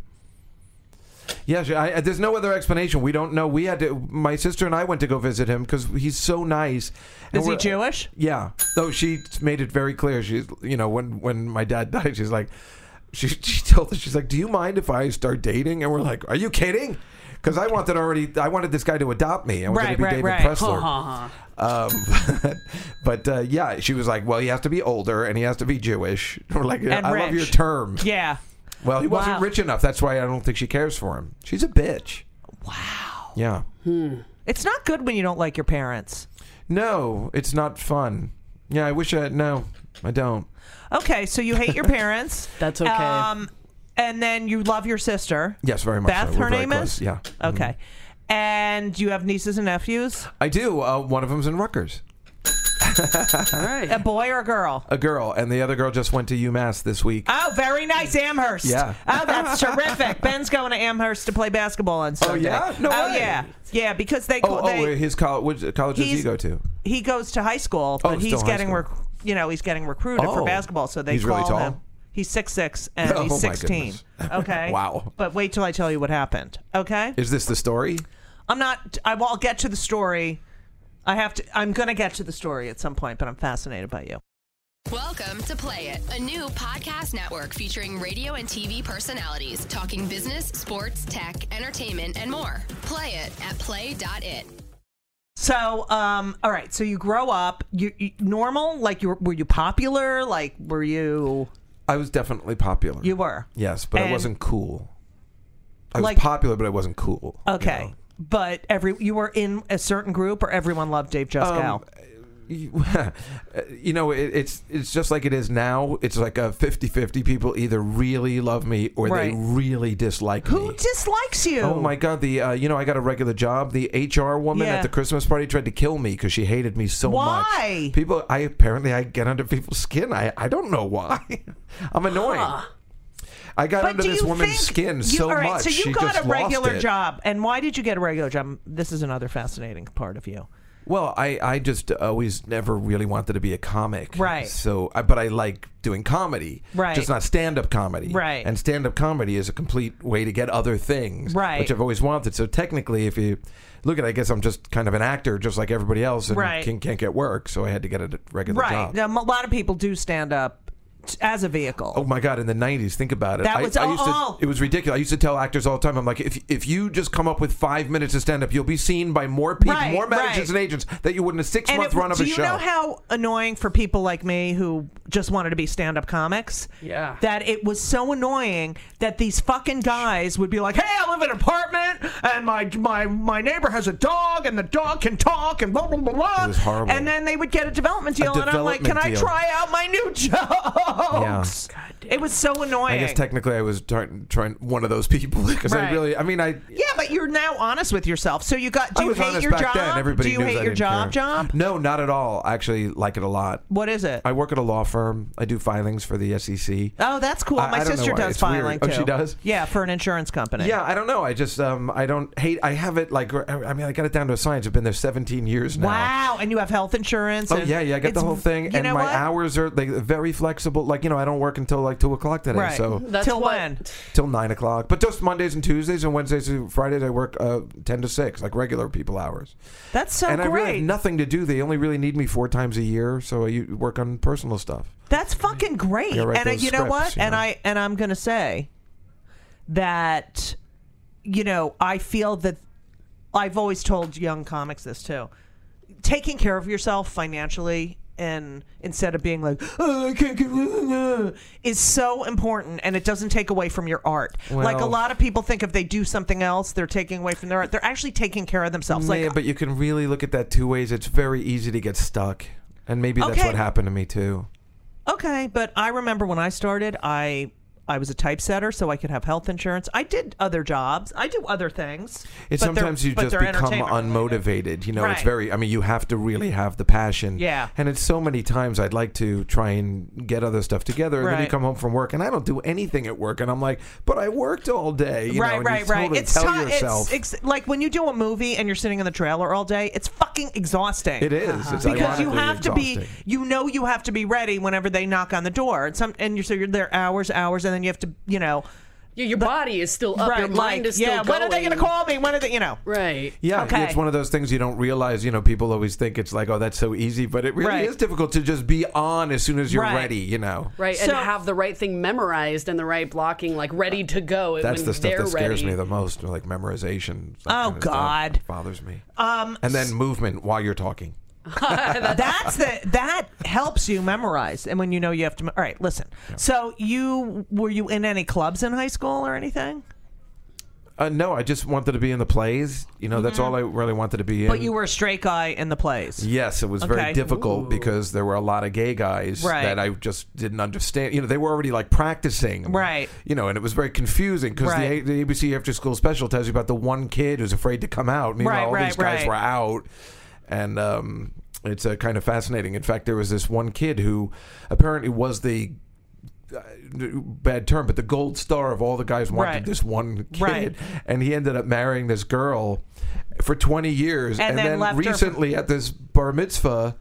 S4: Yeah, sure. I, I- there's no other explanation. We don't know. We had to. My sister and I went to go visit him because he's so nice. And
S2: Is he
S4: we're-
S2: Jewish?
S4: Yeah. Though she made it very clear. She's, you know, when when my dad died, she's like, she she told us, she's like, do you mind if I start dating? And we're like, are you kidding? Because I wanted already, I wanted this guy to adopt me. I wanted
S2: Right,
S4: to be
S2: right,
S4: David
S2: right.
S4: Pressler. Um, but uh, yeah, she was like, well, he has to be older and he has to be Jewish. We're like,
S2: And
S4: I
S2: rich.
S4: love your term.
S2: Yeah.
S4: Well, he
S2: Wow.
S4: wasn't rich enough. That's why I don't think she cares for him. She's a bitch. Wow. Yeah.
S2: It's not good when you don't like your parents.
S4: No, it's not fun. Yeah, I wish I no, I don't.
S2: Okay, so you hate your parents.
S3: That's okay.
S2: Um, and then you love your sister.
S4: Yes, very much.
S2: Beth,
S4: so. We're
S2: her
S4: very
S2: name
S4: close.
S2: is?
S4: Yeah. Mm-hmm.
S2: Okay. And you have nieces and nephews?
S4: I do. Uh, one of them's in Rutgers,
S3: All right.
S2: A boy or a girl?
S4: a girl, and the other girl just went to UMass this week.
S2: Oh, very nice, Amherst.
S4: Yeah.
S2: Oh, that's terrific. Ben's going to Amherst to play basketball on Sunday.
S4: yeah? No
S2: oh
S4: way.
S2: yeah. Yeah, because they.
S4: Oh,
S2: call they,
S4: oh, his college. Which college does he
S2: he's-
S4: go to?
S2: he goes to high school,
S4: Oh,
S2: but
S4: still
S2: he's
S4: high
S2: getting
S4: school.
S2: rec- you know he's getting recruited for
S4: Oh.
S2: basketball, so they
S4: He's
S2: call
S4: really tall?
S2: him. He's six six and
S4: Oh,
S2: he's
S4: my
S2: sixteen. Okay.
S4: Wow.
S2: But wait till I tell you what happened. Okay.
S4: Is this the story?
S2: I'm not. I will get to the story. I have to. I'm gonna get to the story at some point, but I'm fascinated by you.
S5: Welcome to Play It, a new podcast network featuring radio and TV personalities talking business, sports, tech, entertainment, and more. Play it at play.it.
S2: So, um, all right. So you grow up. You, you normal? Like you were, were you popular? Like were you?
S4: I was definitely popular.
S2: You were.
S4: Yes, but
S2: And-
S4: I wasn't cool. I was
S2: Like- Oh,
S4: popular, but I wasn't cool. you
S2: Okay.
S4: know?
S2: But every you were in a certain group, or everyone loved Dave Juskow.
S4: Um, you, you know, it, it's it's just like it is now. It's like a 50-50. People either really love me or
S2: Right.
S4: they really dislike me.
S2: Who dislikes you?
S4: eh, Oh my god! The uh, you know I got a regular job. The HR woman
S2: Yeah.
S4: at the Christmas party tried to kill me because she hated me so much.
S2: Why?
S4: People, I apparently I get under people's skin. I I don't know why. I'm annoying. I got
S2: But
S4: under
S2: do
S4: this
S2: you
S4: woman's
S2: think
S4: skin
S2: you,
S4: so
S2: all right,
S4: much.
S2: So you
S4: she
S2: got
S4: just
S2: a regular
S4: lost it.
S2: job, and why did you get a regular job? This is another fascinating part of you.
S4: Well, I I just always never really wanted to be a comic.
S2: Right.
S4: So, I, but I like doing comedy.
S2: Right.
S4: Just not stand up comedy.
S2: Right.
S4: And stand up comedy is a complete way to get other things.
S2: Right.
S4: Which I've always wanted. So technically, if you look at, it, I guess I'm just kind of an actor, just like everybody else, and
S2: Right.
S4: can, can't get work. So I had to get a regular
S2: Right.
S4: job.
S2: Now, a lot of people do stand up t- as a vehicle.
S4: Oh my God! In the '90s, think about it.
S2: That
S4: I,
S2: was
S4: I used
S2: all-
S4: to, It was ridiculous. I used to tell actors all the time. I'm like, if if you just come up with five minutes of stand up, you'll be seen by more people,
S2: Right,
S4: more
S2: right.
S4: managers and agents that you would in a six
S2: And
S4: month
S2: it-
S4: run of
S2: do
S4: a
S2: you
S4: show.
S2: know how annoying for people like me who just wanted to be stand-up comics?
S3: Yeah.
S2: That it was so annoying that these fucking guys would be like, "Hey, I live in an apartment, and my my my neighbor has a dog, and the dog can talk, and blah blah blah." blah.
S4: It was horrible.
S2: And then they would get a development deal, and I'm like, "Can
S4: development
S2: I
S4: deal.
S2: try out my new jokes?" It was so annoying.
S4: I guess technically I was trying, trying one of those people because I
S3: Right.
S4: really, I mean, I.
S2: yeah, but you're now honest with yourself. So you got? Do
S4: I
S2: you
S4: was
S2: hate
S4: honest
S2: your
S4: back
S2: job?
S4: then. Everybody
S2: do you
S4: knows I
S2: hate your
S4: didn't
S2: job?
S4: care.
S2: Job?
S4: No, not at all. I actually like it a lot.
S2: What is it?
S4: I work at a law firm. I do filings for the E SEC.
S2: Oh, that's cool.
S4: I-
S2: My
S4: I don't know
S2: sister
S4: why.
S2: does
S4: It's weird.
S2: filing
S4: Oh,
S2: too.
S4: she does?
S2: Yeah, for an insurance company.
S4: Yeah, I don't know. I just, um, I don't hate. I have it like, I mean, I got it down to a science. I've been there 17 years now.
S2: Wow, and you have health insurance.
S4: Oh
S2: and
S4: yeah, yeah. I get the
S2: it's-
S4: whole thing,
S2: you
S4: and
S2: know
S4: my
S2: what?
S4: hours are like very flexible. Like you know, I don't work until like two o'clock today,
S2: Right.
S4: so
S3: That's
S2: Till
S3: what-
S2: when?
S4: till nine o'clock. But just Mondays and Tuesdays and Wednesdays and Fridays, I work uh, ten to six, like regular people hours.
S2: That's so
S4: and I
S2: great.
S4: really have nothing to do. They only really need me four times a year, so I work on personal stuff.
S2: That's fucking great.
S4: gotta write
S2: And I,
S4: those
S2: you know what?
S4: scripts, you
S2: and
S4: know.
S2: I and I'm gonna say that you know I feel that I've always told young comics this too. Taking care of yourself financially and instead of being like oh, I can't get is so important and it doesn't take away from your art. like a
S4: Well-
S2: lot of people think if they do something else they're taking away from their art. They're actually taking care of themselves.
S4: yeah,
S2: like
S4: but you can really look at that two ways. It's very easy to get stuck, and maybe that's
S2: Okay.
S4: what happened to me too.
S2: Okay, but I remember when I started, I I was a typesetter, so I could have health insurance. I did other jobs. I do other things.
S4: It's
S2: but they're-
S4: sometimes you
S2: but
S4: just
S2: they're
S4: become
S2: entertainment related.
S4: unmotivated. You know, it's
S2: Right.
S4: very. I mean, you have to really have the passion.
S2: Yeah.
S4: And it's so many times I'd like to try and get other stuff together, and then you
S2: Right.
S4: come home from work, and I don't do anything at work, and I'm like, but I worked all day. You know,
S2: right,
S4: and
S2: right,
S4: you
S2: right.
S4: Totally
S2: it's
S4: tell
S2: ti- it's-
S4: yourself.
S2: It's, like when you do a movie and you're sitting in the trailer all day. It's fucking exhausting.
S4: It is. It's
S2: Uh-huh. because you
S4: ironically
S2: have to be.
S4: exhausting.
S2: You know, you have to be ready whenever they knock on the door. And some, and you're so you're there hours, hours, and then you have to, you know,
S3: Yeah, your body is still up. your
S2: right,
S3: mind
S2: like,
S3: is still
S2: yeah.
S3: going.
S2: When are they gonna call me? When are they, you know?
S3: Right.
S4: Yeah,
S2: Okay.
S4: it's one of those things you don't realize. You know, people always think it's like, oh, that's so easy, but it really
S2: Right.
S4: is difficult to just be on as soon as you're
S2: Right.
S4: ready. You know,
S3: Right,
S2: So-
S3: and have the right thing memorized and the right blocking, like ready to go.
S4: that's
S3: when
S4: the stuff
S3: they're
S4: that scares
S3: ready.
S4: me the most, like memorization. that
S2: Oh,
S4: kind of stuff
S2: God.
S4: bothers me. Um, and then movement while you're talking.
S2: That's the that helps you memorize, and when you know you have to. All right, listen. So you were you in any clubs in high school or anything?
S4: Uh, no, I just wanted to be in the plays. You know, that's all I really wanted to be in.
S2: Mm-hmm. But you were a straight guy in the plays.
S4: Yes, it was
S2: Okay.
S4: very difficult because there were a lot of gay guys
S2: Right.
S4: that I just didn't understand. You know, they were already like practicing,
S2: Right.
S4: You know, and it was very confusing because
S2: Right.
S4: the, A- the ABC After School Special tells you about the one kid who's afraid to come out. Meanwhile,
S2: Right,
S4: all
S2: right,
S4: these guys
S2: right.
S4: were out, and um, it's uh, kind of fascinating. In fact, there was this one kid who apparently was the uh, bad term, but the gold star of all the guys wanted
S2: Right.
S4: this one kid,
S2: Right.
S4: and he ended up marrying this girl for 20 years,
S2: And
S4: and,
S2: then
S4: then,
S2: left her for-
S4: recently at this bar mitzvah.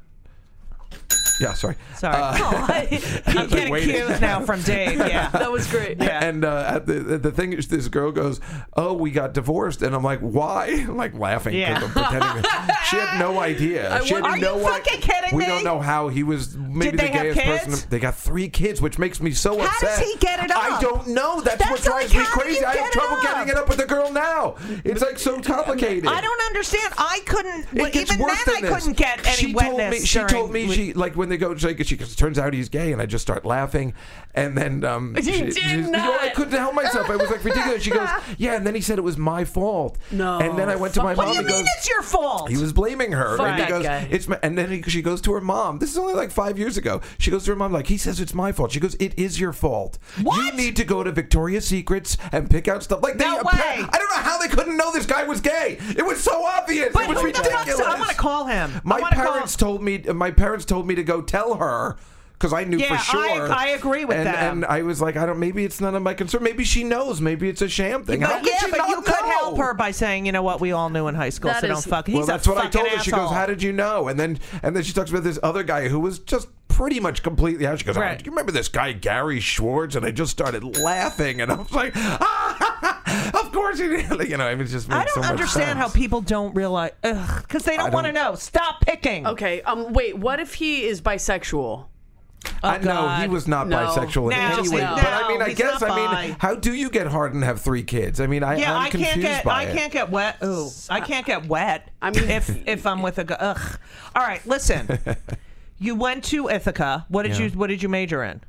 S4: Yeah, sorry.
S2: Sorry,
S4: Uh,
S2: Oh, I'm getting
S4: waiting.
S2: cues now from Dave. Yeah,
S3: That was great.
S2: Yeah.
S4: And uh, at the the thing is, this girl goes, "Oh, we got divorced," and I'm like, "Why?" I'm like laughing
S2: Yeah.
S4: because I'm pretending. she had no idea. she had
S2: wonder- Are
S4: no
S2: you
S4: i-
S2: fucking kidding
S4: We
S2: me?
S4: don't know how he was. Maybe
S2: Did
S4: the
S2: they have
S4: gayest
S2: kids?
S4: person. They got three kids, which makes me so
S2: How does
S4: upset.
S2: he get it
S4: I
S2: up?
S4: don't know. That's, what
S2: That's like,
S4: drives me
S2: how do
S4: crazy.
S2: you
S4: I
S2: get
S4: have
S2: it
S4: trouble
S2: up?
S4: getting it up with the girl now. It's like so complicated.
S2: I don't understand. I couldn't.
S4: It
S2: well,
S4: gets
S2: even
S4: worse
S2: then, I
S4: than this.
S2: couldn't get any
S4: she
S2: wetness.
S4: Told me, she
S2: during-
S4: told me she like when they go shake it. She goes, it turns out he's gay, and I just start laughing. And then um,
S3: You
S4: she-
S3: did
S4: she's- you know, I
S3: not.
S4: couldn't help myself. I was like ridiculous. She goes, yeah, and then he said it was my fault.
S3: No.
S4: And then I went to my
S2: What
S4: mom
S2: do you
S4: and
S2: mean
S4: goes.
S2: it's your fault?
S4: He was blaming her.
S3: Fuck
S4: and he
S3: that
S4: goes,
S3: guy.
S4: It's my, and then he, she goes to her mom. This is only like five years ago. She goes to her mom like, he says it's my fault. She goes, it is your fault.
S2: What?
S4: You need to go to Victoria's Secrets and pick out stuff like
S2: No
S4: they,
S2: way.
S4: I don't know how they couldn't know this guy was gay. It was so obvious.
S2: But
S4: it was
S2: who the fuck's-
S4: ridiculous.
S2: I wanna call him. I
S4: My
S2: wanna call
S4: parents
S2: him.
S4: told me. My parents told me to go tell her. Because I knew
S2: Yeah, I-
S4: for sure.
S2: I agree with
S4: and,
S2: them.
S4: And I was like, I don't. Maybe it's none of my concern. Maybe she knows. Maybe it's a sham thing. How
S2: But
S4: could
S2: yeah,
S4: she
S2: but
S4: not
S2: you could
S4: know?
S2: help her by saying, you know what, we all knew in high school,
S3: That
S2: so don't
S3: is-
S2: fuck. He's
S4: well, that's
S2: a
S4: what I told
S2: fucking
S4: her. She goes,
S2: asshole.
S4: "How did you know?" And then and then she talks about this other guy who was just pretty much completely out. She goes, oh,
S2: Right.
S4: "Do you remember this guy Gary Schwartz?" And I just started laughing, and I was like, ah, "Of course he did." You know, it was just.
S2: I
S4: makes
S2: don't
S4: so much
S2: understand how
S4: sense.
S2: people don't realize because they
S4: I
S2: don't want to
S4: don't-
S2: know. Stop picking.
S3: Okay. Um. Wait. What if he is bisexual?
S4: I know he
S2: oh, God.
S4: was not
S3: No.
S4: bisexual in
S2: No,
S4: any way,
S3: no,
S4: but I mean, I
S2: he's
S4: guess,
S2: not
S4: I mean,
S2: bi.
S4: how do you get hard and have three kids? I mean, I
S2: Yeah,
S4: I'm
S2: I
S4: confused
S2: can't get
S4: by
S2: I
S4: it.
S2: can't get wet. Ooh, I can't get wet.
S3: I mean-
S2: if if I'm with a guy. Ugh. All right, listen. you went to Ithaca. What did
S4: Yeah.
S2: you What did you major in?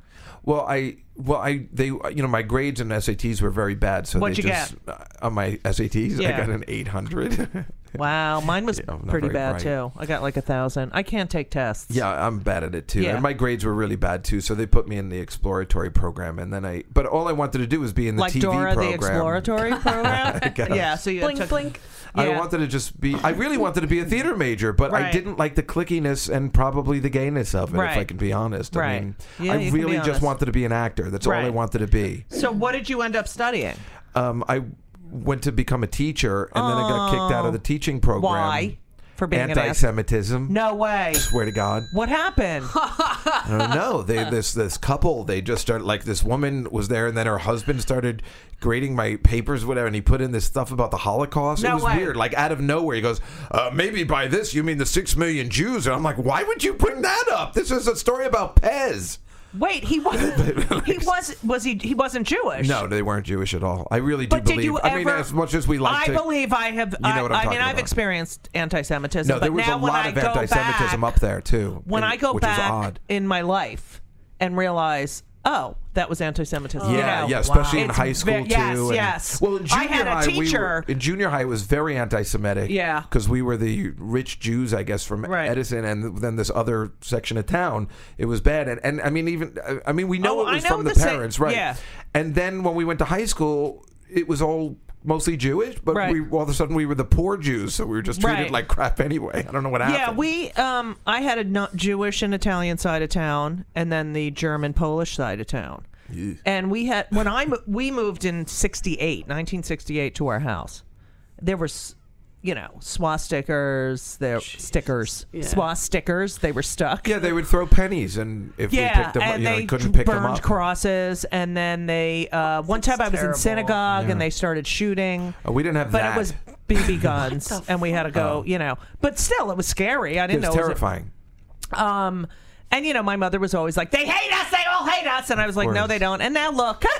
S4: Well, I well I they you know my grades in SATs were very bad, so
S2: What'd
S4: they
S2: you
S4: just uh, on my SATs I
S2: Yeah.
S4: got an 800.
S2: Wow, mine was
S4: I'm not
S2: pretty
S4: very
S2: bad
S4: bright.
S2: too. I got like a thousand. I can't take tests.
S4: Yeah, I'm bad at it too.
S2: Yeah.
S4: And my grades were really bad too, so they put me in the exploratory program and then I but all I wanted to do was be in the
S2: like
S4: TV
S2: Dora
S4: program.
S2: the exploratory program. yeah, so you
S3: Blink.
S2: took,
S3: Blink.
S4: I
S2: yeah.
S4: wanted to just be I really wanted to be a theater major, but I
S2: Right.
S4: didn't like the clickiness and probably the gayness of it if I
S2: Right.
S4: can be honest. I
S2: Right.
S4: mean,
S2: Yeah,
S4: I
S2: you can be
S4: really just
S2: honest.
S4: wanted to be an actor. That's all I
S2: Right.
S4: wanted to be.
S2: So what did you end up studying?
S4: Um, I went to become a teacher and then I got kicked out of the teaching program.
S2: Oh. Why? For being an ass.
S4: Anti-Semitism.
S2: No way.
S4: Swear to God.
S2: What happened?
S4: I don't know. They this this couple. They just started like this woman was there, and then her husband started grading my papers, whatever. And he put in this stuff about the Holocaust. it
S2: No
S4: was
S2: way.
S4: weird. Like out of nowhere, he goes, uh, "Maybe by this you mean the six million Jews?" And I'm like, "Why would you bring that up? This is a story about Pez."
S2: Wait, he wasn't. he was. Was he? He wasn't Jewish.
S4: No, they weren't Jewish at all. I really do
S2: But
S4: believe.
S2: did you
S4: I
S2: ever?
S4: mean, as much as we like
S2: I
S4: to,
S2: believe I have.
S4: know
S2: I,
S4: what I'm
S2: I
S4: talking
S2: mean, I've
S4: about.
S2: experienced anti-Semitism.
S4: no, there
S2: but
S4: was
S2: now
S4: a
S2: when
S4: lot
S2: I
S4: of
S2: go
S4: anti-Semitism
S2: back,
S4: up there too.
S2: When
S4: and-
S2: I go
S4: which is
S2: back
S4: odd.
S2: in my life and realize, oh, that was anti-Semitism. you
S4: Yeah,
S2: know?
S4: yeah, especially in
S2: It's
S4: high school
S2: ve-
S4: too.
S2: Yes,
S4: and-
S2: yes.
S4: Well, in junior
S2: I had a
S4: high, we
S2: teacher.
S4: were, in junior high, it was very anti-Semitic.
S2: Yeah.
S4: because we were the rich Jews, I guess, from
S2: Right.
S4: Edison, and then this other section of town. It was bad, and, and I mean, even I mean, we know
S2: Oh,
S4: it
S2: I
S4: was
S2: know
S4: from the,
S2: the sa-
S4: parents, right?
S2: yeah.
S4: And then when we went to high school, it was all. Mostly Jewish, but
S2: Right.
S4: we all of a sudden we were the poor Jews, so we were just treated
S2: Right.
S4: like crap anyway. I don't know what happened.
S2: yeah, we. Um, I had a not Jewish and Italian side of town, and then the German Polish side of town. And we had when I mo- we moved in 68, 1968 to our house. There were, s- you know, swastikas. There stickers,
S3: Yeah.
S2: swastikas. They were stuck.
S4: yeah, they would throw pennies, and if we
S2: Yeah,
S4: picked them, up,
S2: and
S4: you know,
S2: they
S4: we couldn't
S2: d-
S4: pick them
S2: burned
S4: up.
S2: crosses, and then they uh, one time I was
S3: Oh,
S2: in
S3: terrible.
S2: synagogue and they started shooting.
S4: Oh, we didn't have
S2: but
S4: that. Oh.
S2: it was BB guns, and we had to go. You know, but still, it was scary. I
S4: it
S2: didn't
S4: was
S2: know. it was-
S4: terrifying.
S2: um, and you know, my mother was always like, "They hate us. They all hate us," and I was like, "No,
S4: course.
S2: they don't." And now look,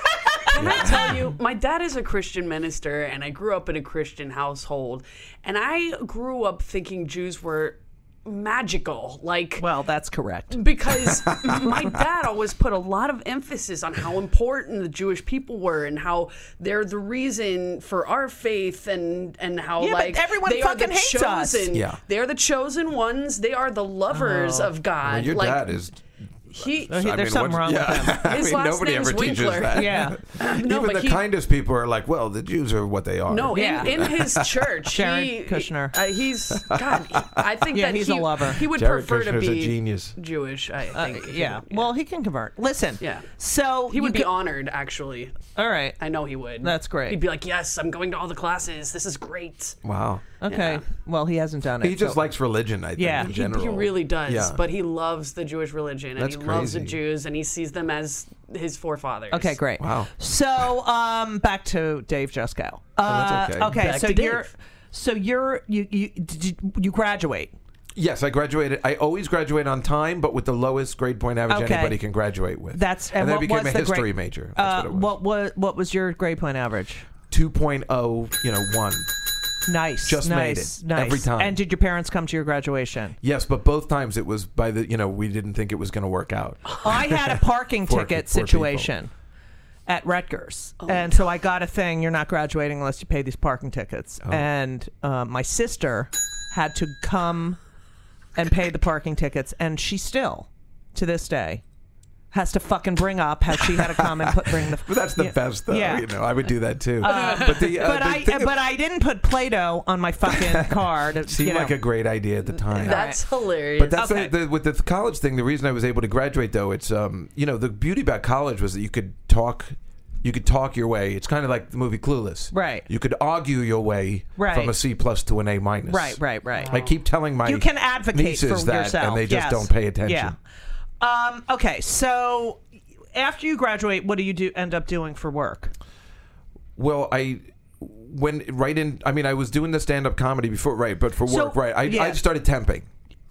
S3: Can I tell you, my dad is a Christian minister, and I grew up in a Christian household, and I grew up thinking Jews were magical, like
S2: well, that's correct.
S3: because my dad always put a lot of emphasis on how important the Jewish people were and how they're the reason for our faith and and how
S2: Yeah, but
S3: like
S2: everyone
S3: they are
S2: fucking
S3: the
S2: hates us.
S3: chosen.
S4: Yeah.
S3: They're the chosen ones. They are the lovers of God.
S4: Well, your
S3: like,
S4: dad is
S3: he.
S2: Oh, he-
S4: I
S2: There's
S4: mean,
S2: something wrong
S4: what's-
S2: with him.
S4: I
S3: His
S4: mean,
S3: last
S4: nobody
S3: name's
S4: ever teaches
S3: Winkler.
S4: that.
S2: Yeah.
S3: No,
S4: Even
S3: but
S4: the
S3: he-
S4: kindest people are like, well, the Jews are what they are.
S3: No,
S2: Yeah.
S3: in, in his church,
S2: Jared
S3: he,
S2: Kushner.
S3: uh, he's God. I think
S2: Yeah,
S3: that
S2: he's
S3: he,
S2: a lover. Uh,
S3: He would
S4: Jared
S3: prefer to
S4: Kushner's a
S3: be
S4: genius.
S3: Jewish. I think.
S2: Yeah. Well, he can convert. Listen.
S3: Yeah.
S2: So
S3: he
S2: you
S3: would be
S2: can-
S3: honored. Actually,
S2: All right.
S3: I know he would.
S2: That's great.
S3: He'd be like, "Yes, I'm going to all the classes. This is great."
S4: Wow.
S2: Okay. Well, he hasn't done it.
S4: He just
S2: Uh, so-
S4: likes religion, I think,
S2: Yeah.
S4: in
S2: He-
S3: He,
S4: general.
S3: he really does,
S4: Yeah.
S3: but he loves the Jewish religion and
S4: That's
S3: he loves the
S4: crazy.
S3: Jews and he sees them as his forefathers.
S2: Okay, great.
S4: Wow. Oh,
S2: So, um, back to Dave Jusko. Uh,
S4: that's okay.
S2: okay.
S3: Back
S2: so
S3: to Dave.
S2: you're, so you're, you, you, did you, you graduate.
S4: Yes, I graduated. I always graduate on time, but with the lowest grade point average
S2: Okay.
S4: anybody can graduate with.
S2: That's
S4: and, then I
S2: what
S4: became
S2: was
S4: a
S2: the
S4: history
S2: grade-
S4: major. That's
S2: Uh,
S4: what it was.
S2: what was what was your grade point average?
S4: 2.0, you oh, know, 1.
S2: Nice.
S4: Just made
S2: nice,
S4: it.
S2: Nice.
S4: Every time.
S2: And did your parents come to your graduation?
S4: Yes, but both times it was by the you know we didn't think it was going to work out.
S2: I had a parking
S4: Poor
S2: ticket
S4: peop- poor
S2: situation at Rutgers, and so I got a thing: you're not graduating unless you pay these parking tickets.
S4: Oh.
S2: And uh, my sister had to come and pay the parking tickets, and she still, to this day, has to fucking bring up how she had to come and put bring the.
S4: But that's the
S2: Yeah.
S4: best though.
S2: Yeah.
S4: You know, I would do that too. but the, uh,
S2: But
S4: the
S2: I
S4: thing of-
S2: but I didn't put Play-Doh on my fucking card.
S4: seemed
S2: you know.
S4: like a great idea at the time.
S3: That's hilarious.
S4: But that's
S2: Okay.
S4: the, the, with the college thing. The reason I was able to graduate, though, it's um, you know, the beauty about college was that you could talk, you could talk your way. It's kind of like the movie Clueless,
S2: Right.
S4: You could argue your way
S2: Right.
S4: from a C plus to an A minus,
S2: Right, right, right.
S4: I keep telling my
S2: you can advocate for
S4: nieces that,
S2: yourself,
S4: and they just
S2: yes.
S4: don't pay attention.
S2: Yeah. Um, okay, so after you graduate, what do you do? End up doing for work?
S4: Well, I when right in. I mean, I was doing the stand up comedy before, right? But for
S2: So,
S4: work, right? I,
S2: yeah.
S4: I started temping.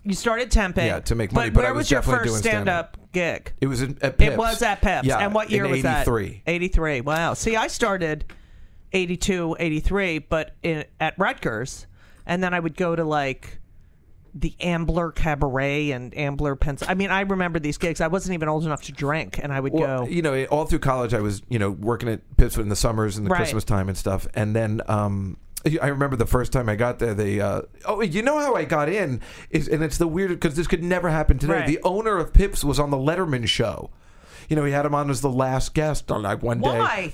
S2: You started temping,
S4: Yeah, to make money,
S2: But,
S4: but
S2: where
S4: I was
S2: your
S4: definitely
S2: first
S4: doing
S2: stand-up
S4: stand-up.
S2: gig?
S4: It was in, at
S2: It
S4: Pips.
S2: was at Peps.
S4: Yeah,
S2: and what year
S4: in
S2: was that?
S4: 83.
S2: 83. Wow. See, I started 82, 83, but in, at Rutgers. And then I would go to like the Ambler Cabaret and Ambler Pencil. I mean, I remember these gigs. I wasn't even old enough to drink, and I would
S4: Well,
S2: go.
S4: you know, all through college, I was you know working at Pittsburgh in the summers and the
S2: Right.
S4: Christmas time and stuff. And then um, I remember the first time I got there, they uh, oh, you know how I got in is, and it's the weird because this could never happen today.
S2: Right.
S4: The owner of Pips was on the Letterman show. You know, he had him on as the last guest on like one day.
S2: Why?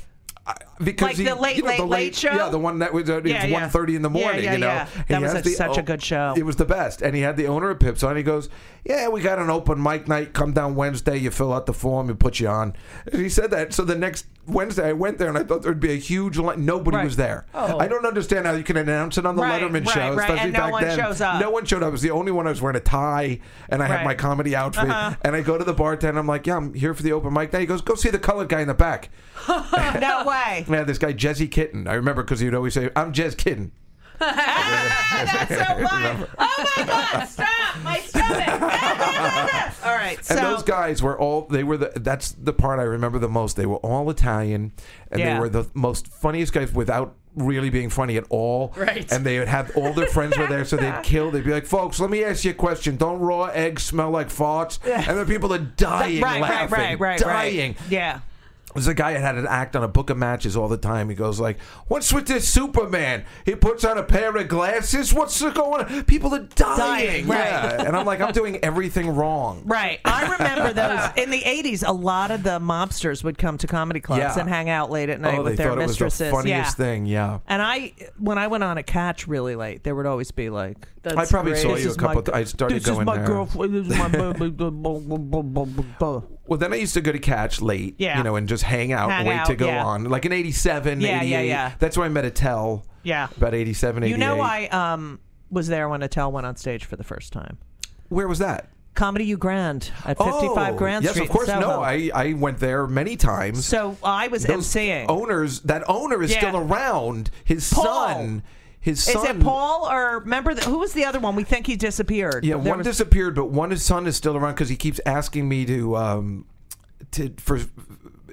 S4: Because
S2: Like
S4: he-
S2: the late,
S4: you know,
S2: late, late show?
S4: Yeah, the one that was uh,
S2: Yeah,
S4: it's
S2: yeah.
S4: one thirty in the
S2: Yeah,
S4: morning.
S2: yeah,
S4: you know,
S2: yeah.
S4: And
S2: That
S4: he
S2: was
S4: has
S2: a- such a good show.
S4: It was the best, and he had the owner of Pips on. He goes, "Yeah, we got an open mic night. Come down Wednesday. You fill out the form. You put you on." And he said that. So the next Wednesday, I went there, and I thought there'd be a huge line. Nobody
S2: Right. Oh.
S4: was there. I don't understand how you can announce it on the
S2: Right,
S4: Letterman
S2: right,
S4: show,
S2: right,
S4: especially
S2: and no
S4: back
S2: one
S4: then.
S2: shows up.
S4: No one showed up. It was the only one. I was wearing a tie, and I
S2: Right.
S4: had my comedy outfit.
S2: Uh-huh.
S4: And I go to the bartender. I'm like, "Yeah, I'm here for the open mic night." He goes, "Go see the colored guy in the back."
S2: no way.
S4: Yeah, this guy Jesse Kitten. I remember because he'd always say, "I'm Jez Kitten."
S2: That's so funny. Oh my god! Stop my stomach. All right. So
S4: And those guys were all they were the that's the part I remember the most. They were all Italian and
S2: Yeah.
S4: they were the most funniest guys without really being funny at all.
S3: Right.
S4: And they would have all their friends were there, so they'd kill. They'd be like, "Folks, let me ask you a question. Don't raw eggs smell like farts?" And the people are dying,
S2: right, right,
S4: laughing,
S2: right, right,
S4: dying.
S2: Right. Yeah.
S4: There's a guy that had an act on a book of matches all the time. He goes like, "What's with this Superman? He puts on a pair of glasses. What's going on? People are dying."
S2: Dying, right.
S4: Yeah. And I'm like, I'm doing everything wrong.
S2: Right. I remember those in the 80s a lot of the mobsters would come to comedy clubs
S4: Yeah.
S2: and hang out late at night
S4: Oh, they
S2: with their
S4: thought it was the
S2: mistresses.
S4: funniest
S2: yeah.
S4: thing. Yeah.
S2: And I when I went on a catch really late, there would always be like
S4: I probably
S3: great.
S4: saw
S3: This
S4: you a
S2: is
S4: couple.
S2: my-
S4: th- I started
S2: this
S4: going
S2: is my
S4: there.
S2: girlfriend. This is my. bu- bu- bu- bu- bu- bu- bu- bu-
S4: Well, then I used to go to catch late,
S2: Yeah.
S4: you know, and just hang out,
S2: Hang
S4: and wait
S2: out,
S4: to go
S2: yeah.
S4: on. Like in '87,
S2: Yeah,
S4: '88.
S2: yeah, yeah.
S4: That's where I met Attell.
S2: Yeah.
S4: About '87, '88.
S2: You know, I um was there when Attell went on stage for the first time.
S4: Where was that?
S2: Comedy U Grand at 55
S4: oh,
S2: Grand
S4: yes,
S2: Street.
S4: of course.
S2: in Soho.
S4: No, I I went there many times.
S2: So I was
S4: Those
S2: emceeing.
S4: owners. That owner is
S2: Yeah.
S4: still around. His
S2: Paul.
S4: son. His
S2: Is
S4: son.
S2: it Paul or remember the, who was the other one? We think he disappeared.
S4: Yeah,
S2: There
S4: one
S2: was-
S4: disappeared, but one his son is still around because he keeps asking me to um to for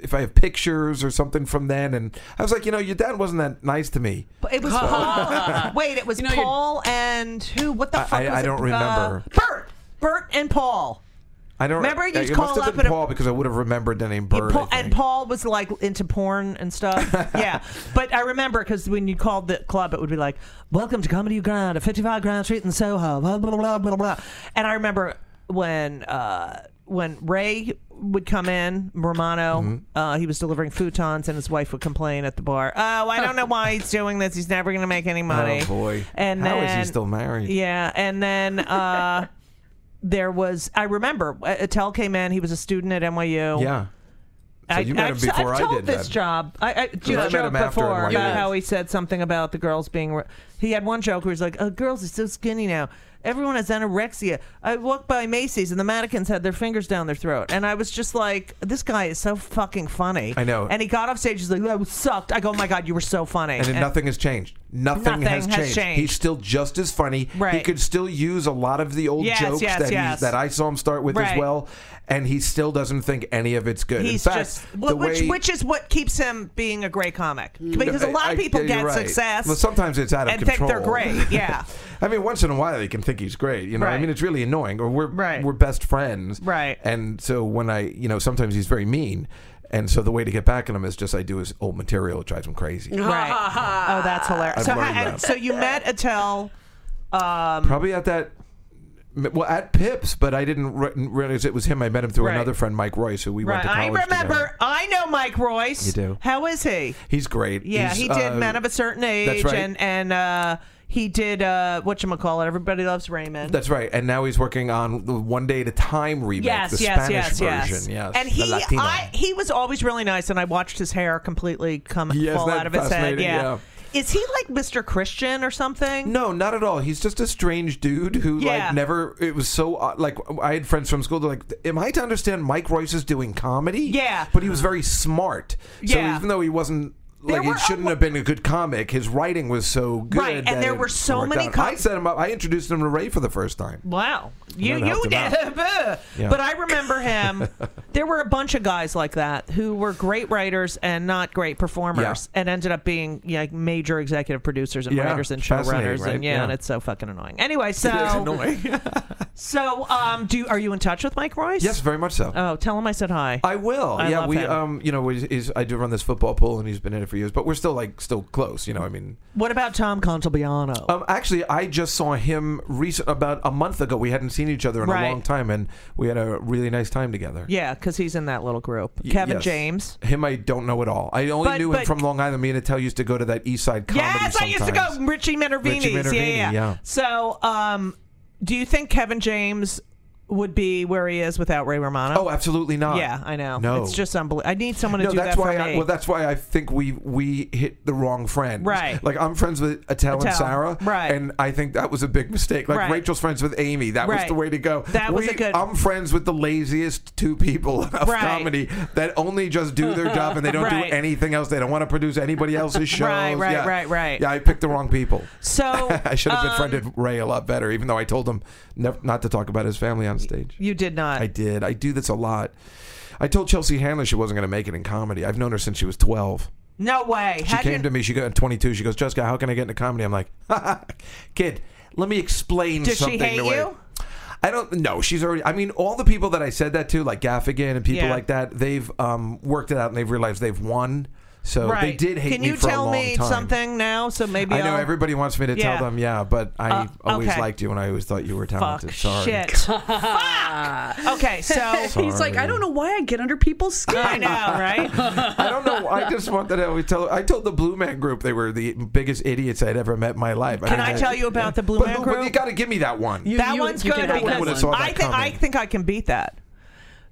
S4: if I have pictures or something from then. And I was like, you know, your dad wasn't that nice to me.
S2: It was Paul. Wait, it was
S3: know, you're-
S2: Paul and who? What the
S4: I-
S2: fuck?
S4: I-
S2: was
S4: I
S2: it?
S4: don't remember.
S2: Uh, Bert. Bert and Paul.
S4: I don't
S2: Remember you'd
S4: It
S2: call
S4: must have
S2: up
S4: been
S2: at a-
S4: Paul because I would have remembered the name
S2: He-
S4: Bird.
S2: Paul-
S4: I
S2: and
S4: think.
S2: Paul was like into porn and stuff. yeah, but I remember because when you called the club, it would be like, "Welcome to Comedy Ground at 55 Grand Street in Soho." Blah blah blah blah blah. And I remember when uh, when Ray would come in, Romano,
S4: Mm-hmm.
S2: uh, he was delivering futons, and his wife would complain at the bar, "Oh, I don't know why he's doing this. He's never going to make any money."
S4: Oh, boy.
S2: And
S4: How
S2: then,
S4: is he still married?
S2: Yeah, and then. Uh, There was, I remember, uh, Attell came in. He was a student at NYU.
S4: Yeah. So you met him
S2: I've,
S4: before
S2: I've
S4: I
S2: told
S4: did
S2: this
S4: that.
S2: job. I, I, do
S4: I
S2: a
S4: met
S2: joke
S4: him after
S2: before
S4: NYU.
S2: about how he said something about the girls being. Re- he had one joke where he's like, "Oh, girls are so skinny now," Everyone has anorexia. I walked by Macy's and the mannequins had their fingers down their throat, and I was just like, "This guy is so fucking funny."
S4: I know.
S2: And he got off stage. He's like, "That sucked." I go, "Oh my god, you were so funny."
S4: and, then nothing has changed. Nothing,
S2: Nothing
S4: has,
S2: has
S4: changed.
S2: changed.
S4: He's still just as funny. He
S2: Right.
S4: could still use a lot of the old
S2: Yes,
S4: jokes
S2: yes,
S4: that he-
S2: yes.
S4: that I saw him start with as
S2: Right.
S4: well, and he still doesn't think any of it's good.
S2: He's
S4: In fact,
S2: just
S4: the
S2: well, which,
S4: way-
S2: which is what keeps him being a great comic because a lot
S4: I- I-
S2: of people
S4: you're
S2: get
S4: right.
S2: success.
S4: Well, sometimes it's out of
S2: and
S4: control.
S2: think they're great. Yeah,
S4: I mean, once in a while, he can think he's great. You know, I
S2: Right.
S4: mean, it's really annoying. Or we're
S2: Right.
S4: we're best friends,
S2: Right.
S4: And so when I, you know, sometimes he's very mean, and so the way to get back at him is just I do his old material. It drives him crazy.
S2: right. oh, that's hilarious.
S4: I've
S2: so,
S4: learned
S2: ha-
S4: that.
S2: so you met Attell.
S4: Probably at that. Well, at Pips, but I didn't re- realize it was him. I met him through
S2: Right.
S4: another friend, Mike Royce, who we
S2: Right.
S4: went to
S2: I
S4: college
S2: remember.
S4: together.
S2: I know Mike Royce.
S4: You do.
S2: How is he?
S4: He's great.
S2: Yeah,
S4: He's,
S2: he did
S4: uh,
S2: Men of a Certain Age,
S4: that's right.
S2: and and uh, he did uh, what you call it. Everybody loves Raymond.
S4: That's right. And now he's working on the One Day at a Time remake,
S2: yes,
S4: the
S2: yes,
S4: Spanish
S2: yes, yes,
S4: version. Yes,
S2: And
S4: the
S2: he,
S4: Latino.
S2: I, he was always really nice, and I watched his hair completely come
S4: Yeah, isn't
S2: fall
S4: that
S2: out of his head.
S4: fascinating?
S2: Yeah.
S4: Yeah.
S2: Is he like Mr. Christian or something?
S4: No, not at all. He's just a strange dude who
S2: Yeah.
S4: like never. It was so odd. like I had friends from school. They're like, "Am I to understand Mike Royce is doing comedy?"
S2: Yeah.
S4: but he was very smart. So
S2: Yeah.
S4: even though he wasn't.
S2: There
S4: Like
S2: were
S4: it
S2: a
S4: shouldn't
S2: lo-
S4: have been a good comic. His writing was so good,
S2: Right, and
S4: that
S2: there
S4: it
S2: were so
S4: worked
S2: many
S4: out.
S2: com-
S4: I set him up. I introduced him to Ray for the first time.
S2: Wow. You
S4: that
S2: you
S4: helped
S2: did.
S4: him Yeah.
S2: But I remember him. there were a bunch of guys like that who were great writers and not great performers
S4: Yeah.
S2: and ended up being you know, like major executive producers and
S4: Yeah.
S2: writers and
S4: Fascinating,
S2: showrunners
S4: right?
S2: and yeah,
S4: Yeah.
S2: and it's so fucking annoying. Anyway,
S4: It's
S2: so
S4: annoying.
S2: so um do are you in touch with Mike Royce?
S4: yes, very much so.
S2: Oh, tell him I said hi.
S4: I will.
S2: I
S4: yeah,
S2: love
S4: we
S2: him.
S4: um, you know, we, he's, I do run this football pool, and he's been in it for years, but we're still like still close. You know, I mean,
S2: what about Tom Contelbiano?
S4: Um, actually, I just saw him recent about a month ago. We hadn't seen each other in a
S2: Right.
S4: long time, and we had a really nice time together.
S2: yeah, because he's in that little group.
S4: Y-
S2: Kevin
S4: yes.
S2: James.
S4: Him, I don't know at all. I only
S2: But-
S4: knew him
S2: but-
S4: from Long Island. Me and Attell used to go to that East Side comedy.
S2: Yes, I used to
S4: sometimes.
S2: go Richie Minervini's.
S4: Richie Minervini,
S2: yeah, yeah.
S4: yeah.
S2: So, um, do you think Kevin James would be where he is without Ray Romano?
S4: Oh, absolutely not.
S2: yeah, I know.
S4: No,
S2: it's just unbelievable. I need someone to
S4: no.
S2: do
S4: That's
S2: that
S4: why.
S2: for
S4: I,
S2: me.
S4: well, that's why I think we we hit the wrong friends.
S2: Right.
S4: Like I'm friends with Attell, and
S2: Attell,
S4: Sarah.
S2: right.
S4: And I think that was a big mistake. Like
S2: Right.
S4: Rachel's friends with Amy. That was
S2: Right.
S4: the way to go.
S2: That was
S4: We-
S2: a good-
S4: I'm friends with the laziest two people of
S2: Right.
S4: comedy that only just do their job and they don't
S2: Right.
S4: do anything else. They don't want to produce anybody else's shows.
S2: Right, right,
S4: yeah.
S2: right, right.
S4: Yeah. I picked the wrong people.
S2: so
S4: I should have
S2: um,
S4: befriended Ray a lot better, even though I told him nev- not to talk about his family on stage.
S2: You did not.
S4: I did. I do this a lot. I told Chelsea Handler she wasn't going to make it in comedy. I've known her since she was 12.
S2: no way.
S4: She came to me. She got 22. She goes, Jessica, how can I get into comedy? I'm like, kid, let me explain
S2: Does she
S4: something.
S2: hate
S4: the way-
S2: you?
S4: I don't know. She's already. I mean, all the people that I said that to, like Gaffigan and people
S2: Yeah.
S4: like that, they've um, worked it out and they've realized they've won. So
S2: Right.
S4: they did hate
S2: Can
S4: me
S2: you
S4: for a
S2: tell
S4: long
S2: me
S4: time.
S2: something now? So maybe
S4: I know
S2: I'll-
S4: everybody wants me to
S2: Yeah.
S4: tell them, yeah, but I
S2: Uh,
S4: always
S2: okay.
S4: liked you and I always thought you were
S2: Fuck
S4: talented. Sorry.
S2: shit. Fuck. Okay, so
S3: He's like, I don't know why I get under people's skin.
S2: I know, right?
S4: I don't know. I just want to know. Tell, I told the Blue Man Group they were the biggest idiots I'd ever met in my life.
S2: Can
S4: mean,
S2: I tell you about the Blue
S4: but,
S2: Man
S4: but
S2: Group?
S4: you got to give me that one.
S3: You-
S2: that
S3: you-
S2: one's
S3: you
S2: good
S3: can have
S4: I would've
S2: because
S4: saw that
S2: I think I
S4: coming.
S2: think I can beat that.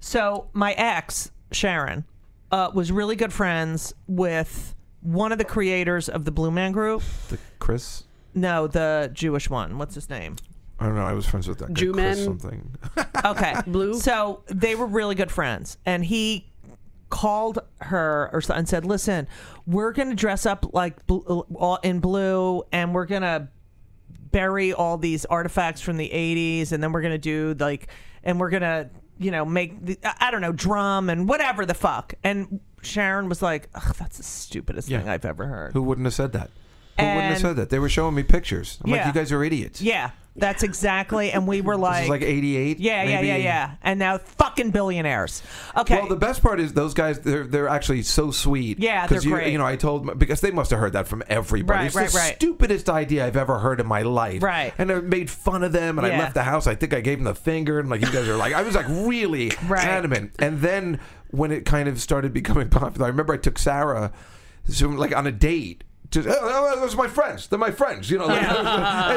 S2: So my ex Sharon uh, was really good friends with one of the creators of the Blue Man Group.
S4: The Chris.
S2: No, the Jewish one. What's his name?
S4: I don't know. I was friends with that guy,
S3: Jew
S4: Chris
S3: men.
S4: something.
S2: Okay,
S3: Blue?
S2: So they were really good friends, and he called her or so, and said, "Listen, we're going to dress up like bl- all in blue, and we're going to bury all these artifacts from the 80s and then we're going to do like and we're going to you know make the, I I don't know drum and whatever the fuck and Sharon was like Ugh, that's the stupidest
S4: Yeah.
S2: thing I've ever heard
S4: Who wouldn't have said that? Who wouldn't have
S2: And-
S4: said that? They were showing me pictures. I'm like,
S2: Yeah.
S4: you guys are idiots.
S2: yeah that's exactly and we were
S4: This is
S2: like,
S4: like 88.
S2: yeah yeah yeah
S4: maybe.
S2: yeah and now fucking billionaires okay
S4: Well, the best part is those guys. They're they're actually so sweet.
S2: Yeah,
S4: 'Cause
S2: they're
S4: you,
S2: great.
S4: You know, I told because they must have heard that from everybody.
S2: Right,
S4: it's
S2: right,
S4: the
S2: right.
S4: stupidest idea I've ever heard in my life.
S2: Right.
S4: And I made fun of them, and I
S2: Yeah.
S4: left the house. I think I gave them the finger, and like you guys are like, I was like really
S2: Right.
S4: adamant. And then when it kind of started becoming popular, I remember I took Sarah, so like on a date. Just, oh, oh, those are my friends. They're my friends. You know, like, "Hey,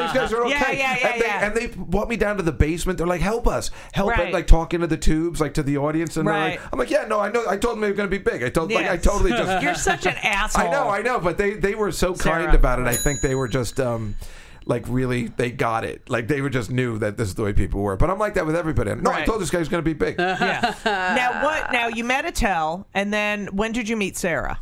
S4: these guys are okay.
S2: Yeah, yeah, yeah,
S4: and, they,
S2: yeah.
S4: and they brought me down to the basement. They're like, "Help us, help!"
S2: Right.
S4: And like talking to the tubes, like to the audience, and they're like,
S2: Right.
S4: I'm like, yeah, no, I know. I told them they were going to be big. I told, like, I
S2: Yes.
S4: totally just.
S2: You're such an asshole.
S4: I know, I know, but they they were so
S2: Sarah.
S4: kind about it. I think they were just um, like really they got it. Like they were just knew that this is the way people were. But I'm like that with everybody. No, I
S2: Right.
S4: told this guy he's going to be big.
S2: Yeah. now what? Now you met Attell, and then when did you meet Sarah?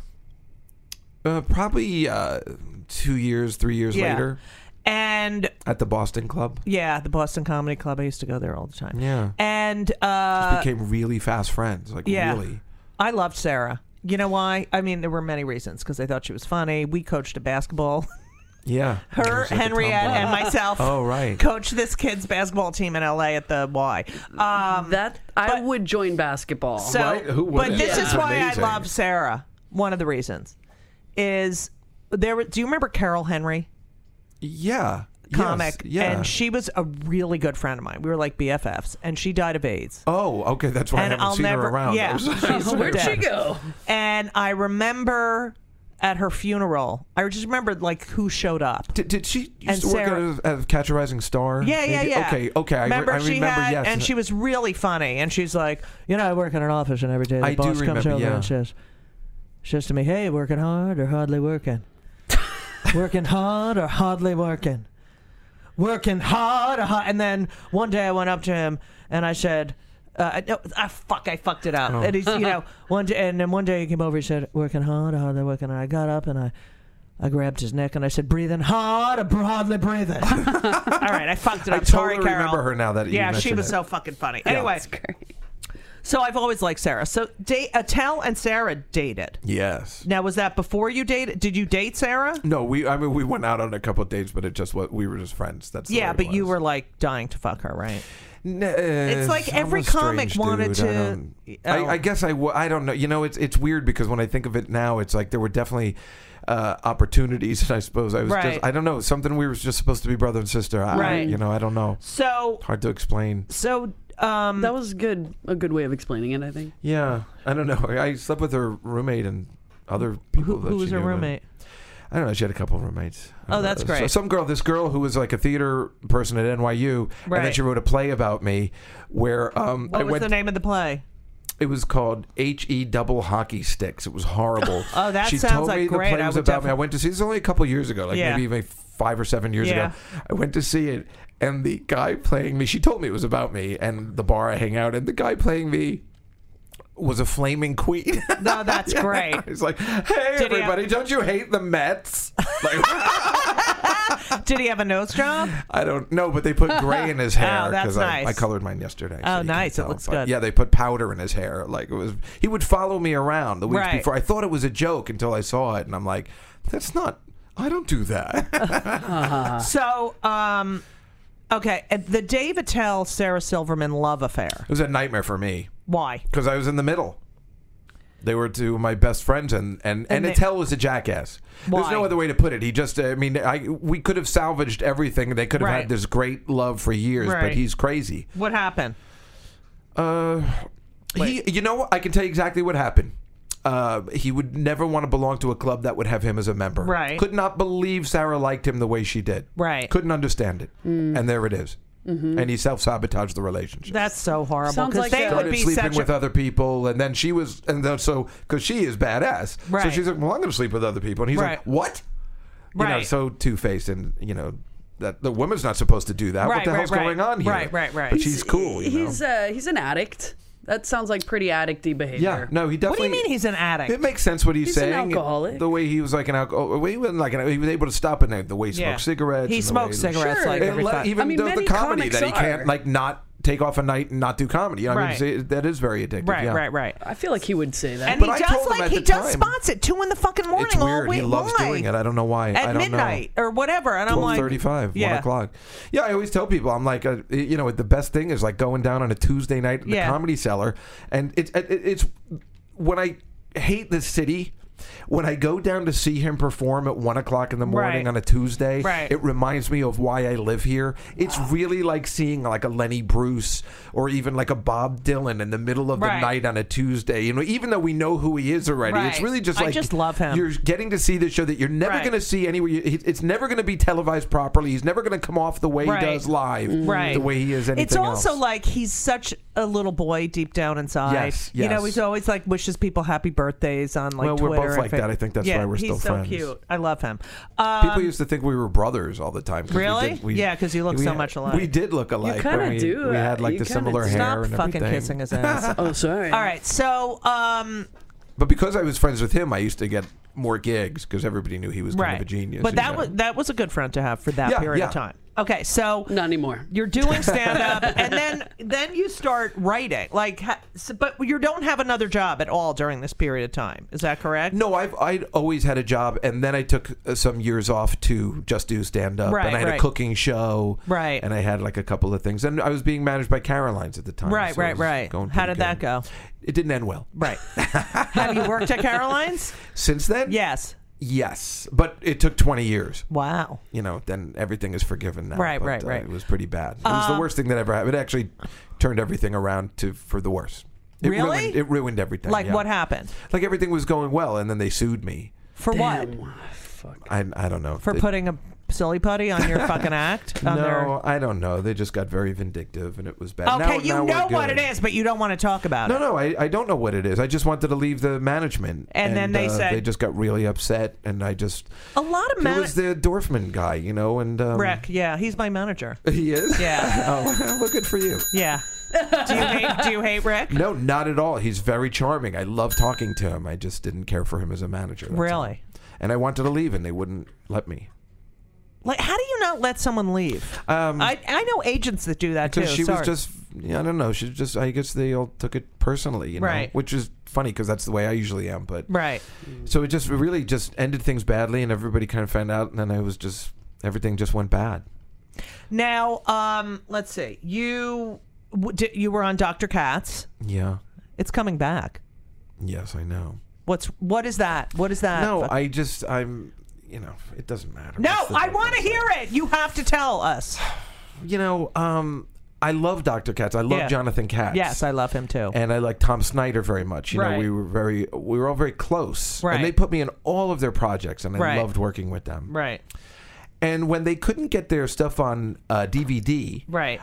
S4: Uh, probably uh, two years, three years
S2: Yeah. Uh,
S4: later
S2: And
S4: at the Boston Club.
S2: yeah, the Boston Comedy Club. I used to go there all the time.
S4: Yeah.
S2: And uh,
S4: Became really fast friends. Like
S2: yeah,
S4: really.
S2: I loved Sarah. You know why? I mean, there were many reasons because I thought she was funny. We coached a basketball.
S4: Yeah. It
S2: Her,
S4: was like a
S2: Henriette,
S4: tomboy.
S2: and myself.
S4: Oh, right.
S2: Coached this kid's basketball team in LA at the Y. Um,
S3: That I
S2: But-
S3: would join basketball.
S2: So,
S4: Right? Who
S2: but
S4: wouldn't?
S2: this
S4: Yeah.
S2: is
S4: It's
S2: why
S4: amazing.
S2: I love Sarah. One of the reasons is there. were- Do you remember Carol Henry,
S4: Yeah. Yes.
S2: comic?
S4: Yeah.
S2: and she was a really good friend of mine. We were like BFFs, and she died of AIDS.
S4: Oh, okay. That's why I
S2: And
S4: haven't
S2: I'll
S4: seen
S2: never-
S4: her around.
S2: yeah.
S4: I was-
S2: She's
S3: where'd
S2: dead.
S3: she go?
S2: And I remember at her funeral, I just remembered like who showed up.
S4: Did, did she used
S2: And
S4: to
S2: Sarah-
S4: work at a, at Catch a Rising Star?
S2: Yeah, yeah,
S4: Maybe?
S2: yeah.
S4: Okay, okay. I, re- I
S2: she
S4: remember,
S2: had-
S4: yes.
S2: and she was really funny. And she's like, you know, I work in an office, and every day the
S4: I do
S2: boss comes
S4: remember,
S2: over
S4: yeah.
S2: and says, says to me, "Hey, working hard or hardly working? working hard or hardly working? Working hard or hard?" And then one day I went up to him and I said. Uh, I- no, ah, fuck! I fucked it
S4: Oh.
S2: up. And he's, you know, one day, and then one day he came over. He said, "Working hard, or hardly working." And I got up and I, I grabbed his neck and I said, "Breathing hard, or broadly breathing." All right, I fucked it
S4: I
S2: up. Sorry,
S4: totally
S2: Carol.
S4: remember her now that you
S2: yeah, she
S4: mention
S2: was
S4: it.
S2: so fucking funny. Anyway, so I've always liked Sarah. So date Attell and Sarah dated.
S4: yes.
S2: Now was that before you dated? Did you date Sarah?
S4: No, we. I mean, we went out on a couple of dates, but it just was. We were just friends. That's the way
S2: yeah,
S4: it
S2: but you
S4: was.
S2: were like dying to fuck her, right?
S4: N-
S2: It's like
S4: I'm
S2: every
S4: a
S2: comic
S4: strange
S2: wanted
S4: dude. I
S2: to-
S4: don't- I,
S2: Oh.
S4: I guess I. W- I don't know. You know, it's it's weird because when I think of it now, it's like there were definitely uh, opportunities. And I suppose I was
S2: Right.
S4: just. I don't know. Something we were just supposed to be brother and sister. I,
S2: Right.
S4: You know. I don't know.
S2: So
S4: Hard to explain.
S2: so um
S3: That was good. A good way of explaining it, I think.
S4: Yeah, I don't know. I slept with her roommate and other people.
S2: who,
S4: that
S2: who
S4: she
S2: was her
S4: knew, but-
S2: roommate?
S4: I don't know. She had a couple of roommates. I
S2: Oh,
S4: don't
S2: that's
S4: know. So
S2: great.
S4: some girl, this girl who was like a theater person at NYU, and then
S2: Right.
S4: she wrote a play about me, where um,
S2: What
S4: I
S2: was
S4: went.
S2: the name of the play?
S4: It was called H E Double Hockey Sticks. It was horrible.
S2: Oh, that
S4: she
S2: sounds
S4: told
S2: like
S4: me
S2: great.
S4: the play
S2: I
S4: was
S2: would
S4: about me.
S2: defi-
S4: I went to see this only a couple years ago, like
S2: Yeah.
S4: maybe even five or seven years
S2: Yeah.
S4: ago. I went to see it, and the guy playing me. She told me it was about me and the bar I hang out, and the guy playing me was a flaming queen.
S2: No, that's great.
S4: He's like, hey,
S2: Did he have-
S4: everybody, don't you hate the Mets? Like,
S2: Did he have a nose job?
S4: I don't know, but they put gray in his hair
S2: Oh, that's
S4: I,
S2: nice.
S4: I colored mine yesterday.
S2: Oh,
S4: you can
S2: nice. It
S4: tell.
S2: looks
S4: But
S2: good.
S4: Yeah, they put powder in his hair. Like it was, he would follow me around the week
S2: Right.
S4: before. I thought it was a joke until I saw it, and I'm like, that's not. I don't do that. Uh.
S2: So um okay, and the Dave Attell Sarah Silverman love affair.
S4: it was a nightmare for me
S2: Why?
S4: because I was in the middle. They were two of my best friends, and and and,
S2: they-
S4: Attell was a jackass. There's no
S2: Why?
S4: other way to put it. He just, I mean, I we could have salvaged everything. They could have
S2: Right.
S4: had this great love for years,
S2: Right.
S4: but he's crazy.
S2: What happened?
S4: Uh, he, you know, what? I can tell you exactly what happened. Uh, he would never want to belong to a club that would have him as a member.
S2: Right.
S4: Could not believe Sarah liked him the way she did.
S2: Right.
S4: Couldn't understand it.
S3: Mm.
S4: And there it is.
S3: Mm-hmm.
S4: And he self sabotaged the relationship.
S2: That's so horrible.
S3: Sounds
S2: Because
S3: like
S2: they
S3: that-
S2: would
S4: started
S2: be
S4: sleeping
S2: such a
S4: with other people, and then she was, and then, so because she is badass, so
S2: Right.
S4: she's like, "Well, I'm going to sleep with other people," and he's
S2: Right.
S4: like, "What?" You know,
S2: Right.
S4: so two faced, and you know that the woman's not supposed to do that.
S2: Right,
S4: what the
S2: right,
S4: hell's
S2: right.
S4: going on here?
S2: Right, right, right.
S4: But she's cool. You know?
S3: He's uh, he's an addict. That sounds like pretty addicty
S4: Yeah,
S3: behavior.
S4: no,
S2: What
S4: he
S2: do
S4: definitely.
S2: you mean he's an addict?
S4: It makes sense what he's,
S3: He's an
S4: saying.
S3: alcoholic.
S4: The way he was like an alcohol, he wasn't like an, he was able to stop it. and The way he
S2: Yeah.
S4: smoked cigarettes.
S2: He
S4: and the
S2: smoked
S4: way-
S2: cigarettes
S3: Sure.
S2: like
S4: It
S2: every
S4: le-
S2: time.
S4: even
S3: I mean,
S4: the, the
S3: many
S4: comedy
S3: comics
S4: that he
S3: are.
S4: can't like not take off a night and not do comedy. You know what I mean?
S2: Right.
S4: So that is very addictive.
S2: right,
S4: yeah.
S2: right, right.
S3: I feel like he would say that.
S2: And
S4: But I
S2: he does
S4: told him
S2: like
S4: at
S2: he
S4: the
S2: does
S4: time.
S2: spots at two in the fucking morning
S4: It's
S2: all
S4: weird.
S2: week.
S4: He loves
S2: why?
S4: doing it. I don't know why.
S2: At
S4: I don't
S2: midnight
S4: know.
S2: or whatever, and I'm
S4: Twelve
S2: like
S4: thirty-five,
S2: yeah.
S4: one o'clock. Yeah, I always tell people I'm like, uh, you know, the best thing is like going down on a Tuesday night in the
S2: Yeah.
S4: comedy cellar, and it's it, it's when I hate the city. When I go down to see him perform at one o'clock in the morning
S2: Right.
S4: on a Tuesday,
S2: Right.
S4: it reminds me of why I live here. It's really like seeing like a Lenny Bruce or even like a Bob Dylan in the middle of
S2: Right.
S4: the night on a Tuesday. You know, even though we know who he is already, it's
S2: Right.
S4: really just
S2: I
S4: like
S2: just love him.
S4: You're you're getting to see the show that you're never
S2: Right.
S4: going to see anywhere. You- it- It's never going to be televised properly. He's never going to come off the way
S2: Right. Mm.
S4: he does live,
S2: Right.
S4: the way he is anything
S2: It's also
S4: else.
S2: like he's such a little boy deep down inside.
S4: Yes,
S2: You know,
S4: yes.
S2: he's always like wishes people happy birthdays on like
S4: well,
S2: Twitter.
S4: we're both off like that, I think that's
S2: yeah,
S4: why we're
S2: he's
S4: still
S2: so
S4: friends.
S2: cute. I love him. Um,
S4: People used to think we were brothers all the time. 'cause we
S2: Really?
S4: did- we-
S2: Yeah, 'cause you look
S4: we
S2: so
S4: had-
S2: much alike.
S4: We did look alike.
S3: kinda
S4: when we,
S3: do. uh,
S4: We had like
S3: You
S4: the
S3: kinda
S4: similar
S3: do.
S4: hair
S2: stop
S4: and
S2: fucking
S4: everything.
S2: kissing his ass.
S3: Oh, sorry.
S2: All right, so um,
S4: But because I was friends with him, I used to get more gigs because everybody knew he was kind
S2: right,
S4: of a genius.
S2: But
S4: you
S2: that
S4: know.
S2: was that was a good friend to have for that
S4: Yeah,
S2: period of
S4: yeah.
S2: time. Okay, so
S3: Not anymore.
S2: you're doing stand up and then then you start writing like ha- so, but you don't have another job at all during this period of time is that correct
S4: No, I've I'd always had a job, and then I took uh, some years off to just do stand up,
S2: Right,
S4: and I had
S2: right.
S4: a cooking show,
S2: Right.
S4: and I had like a couple of things, and I was being managed by Caroline's at the time.
S2: Right,
S4: so it
S2: right,
S4: was
S2: right.
S4: going
S2: How
S4: pretty
S2: did that
S4: good.
S2: go?
S4: It didn't end well.
S2: right have you worked at caroline's
S4: Since then,
S2: yes
S4: yes, but it took twenty years.
S2: wow
S4: You know, then everything is forgiven now.
S2: Right,
S4: but,
S2: right,
S4: uh,
S2: right. Um,
S4: It was pretty bad. It was the worst thing that ever happened. It actually turned everything around to for the worse. It
S2: Really?
S4: Ruined, it ruined everything.
S2: like
S4: yeah.
S2: what happened
S4: Like everything was going well, and then they sued me.
S2: for
S3: Damn.
S2: what
S3: Fuck.
S4: I I don't know
S2: for
S4: It-
S2: putting a silly putty on your fucking act on
S4: no,
S2: their-
S4: I don't know. They just got very vindictive, and it was bad.
S2: okay
S4: Now-
S2: you
S4: now we're
S2: know what
S4: good.
S2: it is but you don't want to talk about
S4: No,
S2: it
S4: no, I, I don't know what it is. I just wanted to leave the management,
S2: And then they
S4: uh,
S2: said-
S4: they just got really upset, and I just
S2: a lot of
S4: it
S2: managers
S4: was the Dorfman guy, you know, and um,
S2: Rick, yeah he's my manager
S4: He is.
S2: yeah
S4: Oh, well, good for you.
S2: yeah do you hate do you hate rick
S4: No, not at all. He's very charming. I love talking to him. I just didn't care for him as a manager. that's all.
S2: Really?
S4: And I wanted to leave, and they wouldn't let me.
S2: Like, how do you not let someone leave?
S4: Um,
S2: I I know agents that do that too.
S4: Because she
S2: Sorry.
S4: was just, yeah, I don't know. She just, I guess they all took it personally, you know,
S2: Right.
S4: which is funny because that's the way I usually am. But
S2: right.
S4: so it just it really just ended things badly, and everybody kind of found out, and then I was just everything just went bad.
S2: Now, um, let's see. You w- di- you were on Dr. Katz.
S4: Yeah.
S2: It's coming back.
S4: Yes, I know.
S2: What's what is that? What is that?
S4: No,
S2: Fuck-
S4: I just I'm, you know, it doesn't matter.
S2: no.
S4: What's the
S2: I
S4: difference?
S2: want to hear it. You have to tell us.
S4: You know, um, I love Dr. Katz. I love
S2: Yeah.
S4: Jonathan Katz.
S2: Yes, I love him too.
S4: and I like Tom Snyder very much. You
S2: Right.
S4: know, we were very, we were all very close,
S2: Right.
S4: and they put me in all of their projects, and I
S2: Right.
S4: loved working with them.
S2: right.
S4: And when they couldn't get their stuff on uh, DVD,
S2: Right.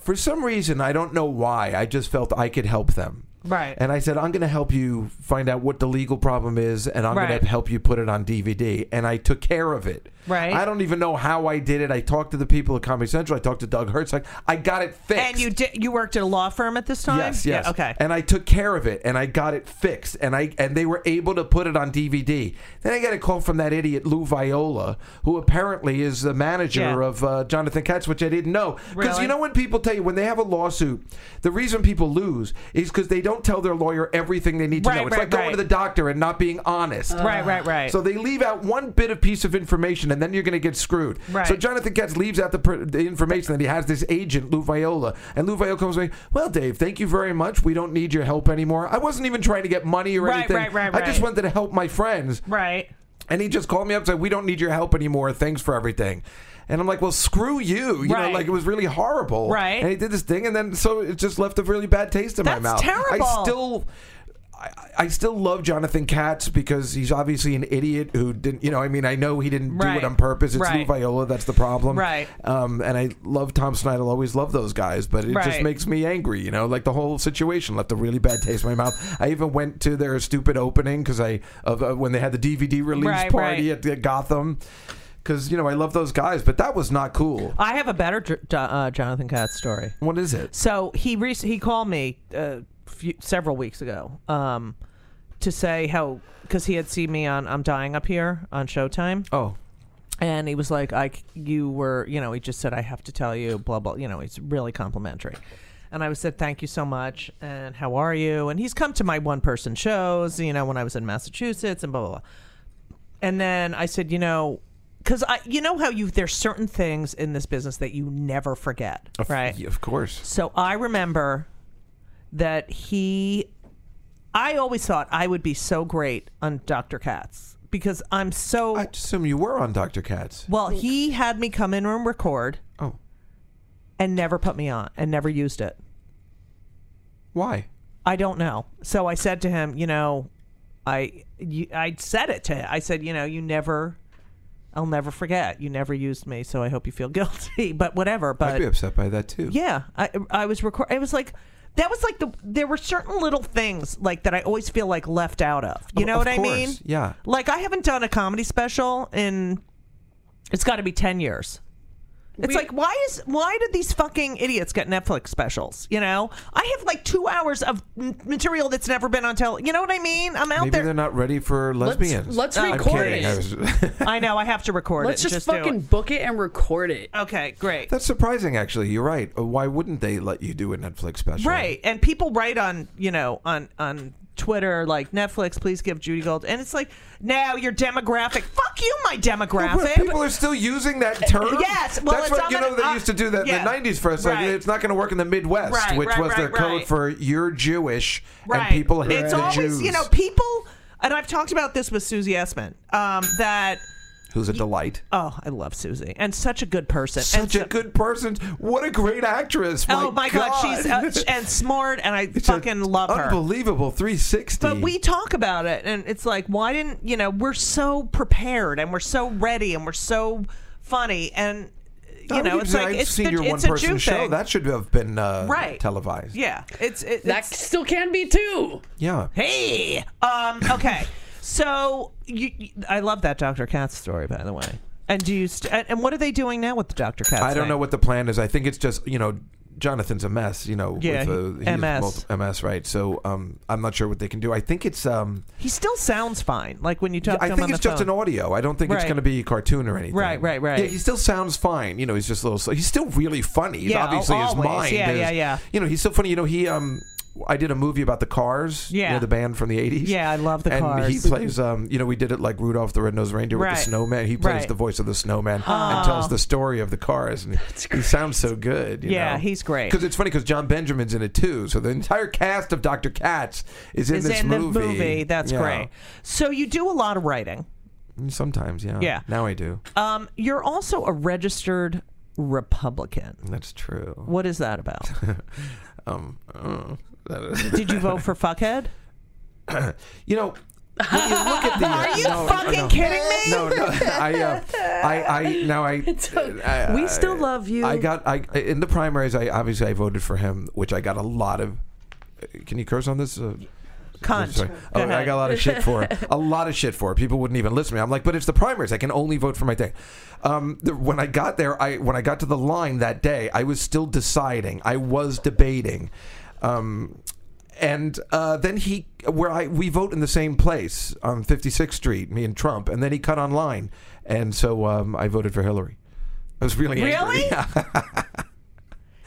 S4: for some reason, I don't know why, I just felt I could help them.
S2: Right.
S4: And I said, I'm going to help you find out what the legal problem is, and I'm
S2: Right.
S4: going to help you put it on DVD. And I took care of it.
S2: Right.
S4: I don't even know how I did it. I talked to the people at Comedy Central. I talked to Doug Herzog. I got it fixed.
S2: And you did. You worked at a law firm at this time.
S4: Yes, yes.
S2: Yeah, okay.
S4: And I took care of it, and I got it fixed, and I and they were able to put it on DVD. Then I got a call from that idiot Lou Viola, who apparently is the manager
S2: Yeah.
S4: of uh, Jonathan Katz, which I didn't know. Because
S2: Really?
S4: you know when people tell you when they have a lawsuit, the reason people lose is because they don't tell their lawyer everything they need to
S2: Right,
S4: know. It's
S2: right,
S4: like going
S2: right. Uh-huh.
S4: to the doctor and not being honest.
S2: right. Right. Right.
S4: uh, So they leave out one bit of piece of information, and then you're going to get screwed.
S2: Right.
S4: So Jonathan Katz leaves out the, per- the information that he has this agent, Lou Viola, and Lou Viola comes away. Well, Dave, thank you very much. We don't need your help anymore. I wasn't even trying to get money or
S2: Right,
S4: anything.
S2: right, right,
S4: I just
S2: right.
S4: wanted to help my friends.
S2: right.
S4: And he just called me up and said, "We don't need your help anymore. Thanks for everything." And I'm like, "Well, screw you." You
S2: Right.
S4: know, like it was really horrible.
S2: Right.
S4: And he did this thing, and then so it just left a really bad taste in
S2: That's
S4: my mouth.
S2: terrible.
S4: I still. I, I still love Jonathan Katz because he's obviously an idiot who didn't, you know. I mean, I know he didn't do
S2: Right.
S4: it on purpose. It's Lou
S2: Right.
S4: Viola that's the problem,
S2: Right.
S4: Um, and I love Tom Snyder. I'll Always love those guys, but it
S2: Right.
S4: just makes me angry, you know. Like the whole situation left a really bad taste in my mouth. I even went to their stupid opening because I of uh, when they had the DVD release release
S2: Right,
S4: party
S2: right.
S4: at the Gotham. Because you know I love those guys, but that was not cool.
S2: I have a better J- Jo- uh, Jonathan Katz story.
S4: What is it?
S2: So he rec- he called me uh, few, several weeks ago um, to say how because he had seen me on I'm Dying Up Here on Showtime,
S4: Oh,
S2: and he was like, "I c- you were you know he just said I have to tell you blah blah you know he's really complimentary." And I was said, thank you so much, and how are you? And he's come to my one person shows, you know, when I was in Massachusetts and blah blah blah. And then I said, you know, because I, you know how you there's certain things in this business that you never forget,
S4: of-
S2: right?
S4: yeah, Of course.
S2: So I remember that he, I always thought I would be so great on Dr. Katz because I'm so.
S4: I just assume you were on Doctor Katz.
S2: well, he had me come in and record
S4: Oh,
S2: and never put me on and never used it.
S4: why?
S2: I don't know. So I said to him, you know, I you, I said it to him. I said, you know, you never, I'll never forget. You never used me, so I hope you feel guilty. But whatever. But
S4: I'd be upset by that too.
S2: Yeah, I I was record. It was like that was like the there were certain little things like that I always feel like left out of. You
S4: Of-
S2: know
S4: of
S2: what I mean?
S4: course, yeah.
S2: Like I haven't done a comedy special in it's got to be 10 years. It's
S3: We-
S2: like why is why did these fucking idiots get Netflix specials? You know, I have like two hours of m- material that's never been on tele. You know what I mean? I'm out
S4: Maybe
S2: there.
S4: they're not ready for lesbians.
S3: let's
S4: I'm
S3: record
S4: kidding.
S3: it.
S4: I was-
S2: I know I have to record
S3: Let's
S2: it.
S3: just,
S2: do it.
S3: fucking book it and record it.
S2: Okay, great.
S4: That's surprising, actually. You're right. Uh, Why wouldn't they let you do a Netflix special?
S2: right and people write on you know on on twitter like netflix please give judy gold and it's like now your demographic fuck you my
S4: But
S2: demographic
S4: people are still using that term.
S2: Yes, well,
S4: that's
S2: it's
S4: what
S2: on
S4: you
S2: the-
S4: know. They
S2: uh,
S4: used to do that
S2: yeah.
S4: in the '90s for us. Like,
S2: Right.
S4: it's not going to work in the Midwest,
S2: Right,
S4: which
S2: right,
S4: was their
S2: right,
S4: code
S2: right.
S4: for you're Jewish,
S2: right
S4: and people hate
S2: it's
S4: the
S2: always
S4: Jews.
S2: you know people and i've talked about this with susie essman um that
S4: who's a delight.
S2: oh i love susie and such a good person and
S4: Such a
S2: so-
S4: good person. What a great actress.
S2: oh my god, she's uh, and smart and i
S4: It's a
S2: fucking love her
S4: Unbelievable 360.
S2: But we talk about it, and it's like, why didn't you know? We're so prepared, and we're so ready, and we're so funny, and you
S4: I
S2: know,
S4: would
S2: it's
S4: say
S2: like
S4: Oh, I've
S2: it's
S4: seen
S2: the,
S4: your
S2: it's
S4: one
S2: a
S4: person
S2: Jew
S4: show.
S2: thing.
S4: That should have been uh,
S2: Right.
S4: televised.
S2: yeah, it's it,
S3: That
S2: it's-
S3: still can be too.
S4: Yeah.
S2: Hey, um, okay, so you, you- I love that Dr. Katz story, by the way. And do you st- and- and what are they doing now with the Dr. Katz?
S4: I don't
S2: thing?
S4: know what the plan is. I think it's just you know Jonathan's a mess. You know,
S2: Yeah,
S4: with,
S2: he-
S4: uh, he's
S2: MS.
S4: multi- MS, right? So um, I'm not sure what they can do. I think it's um,
S2: he still sounds fine. Like when you talk to
S4: I
S2: him
S4: think
S2: on
S4: it's
S2: the
S4: just
S2: phone.
S4: an audio. I don't think it's
S2: Right.
S4: going to be cartoon or anything.
S2: Right, right, right.
S4: Yeah, he still sounds fine. You know, he's just a little. Slow. He's still really funny. He's
S2: Yeah,
S4: obviously his
S2: always.
S4: mind.
S2: Yeah,
S4: is,
S2: yeah, yeah.
S4: You know, he's so funny. You know, he um. I did a movie about the Cars, you
S2: Yeah.
S4: know, the band from the '80s.
S2: Yeah, I love the
S4: and he
S2: Cars.
S4: plays, um, you know, we did it like Rudolph the Red-Nosed Reindeer with
S2: Right.
S4: the snowman. He plays
S2: Right. Ah.
S4: the voice of the snowman and tells the story of the Cars, and he sounds so good. you
S2: Yeah,
S4: know?
S2: he's great.
S4: Because it's funny because John Benjamin's in it too, so the entire cast of Doctor Katz is in
S2: is
S4: this
S2: in
S4: movie.
S2: the movie. That's
S4: Yeah.
S2: great. So you do a lot of writing.
S4: Sometimes, yeah.
S2: Yeah.
S4: Now I do.
S2: Um, you're also a registered Republican.
S4: That's true.
S2: What is that about?
S4: Um, uh, that is-
S2: Did you vote for fuckhead?
S4: you know, when you look at the. Are
S2: you fucking kidding me?
S4: Oh, No, no. I, uh, I, I, now I, I- uh,
S3: we still love you.
S4: I got, I in the primaries. I obviously I voted for him, which I got a lot of. Can you curse on this? Uh,
S2: Cunt.
S4: Sorry.
S2: Go
S4: Oh, I
S2: ahead.
S4: got a lot of shit for it. a lot of shit for it. People wouldn't even listen to me. I'm like, but it's the primaries. I can only vote for my thing. Um, the, when I got there, I when I got to the line that day, I was still deciding. I was debating. Um, and uh, then he, where I we vote in the same place on 56th Street, me and Trump, and then he cut online, and so um, I voted for Hillary. I was really angry.
S2: Really?
S4: Yeah.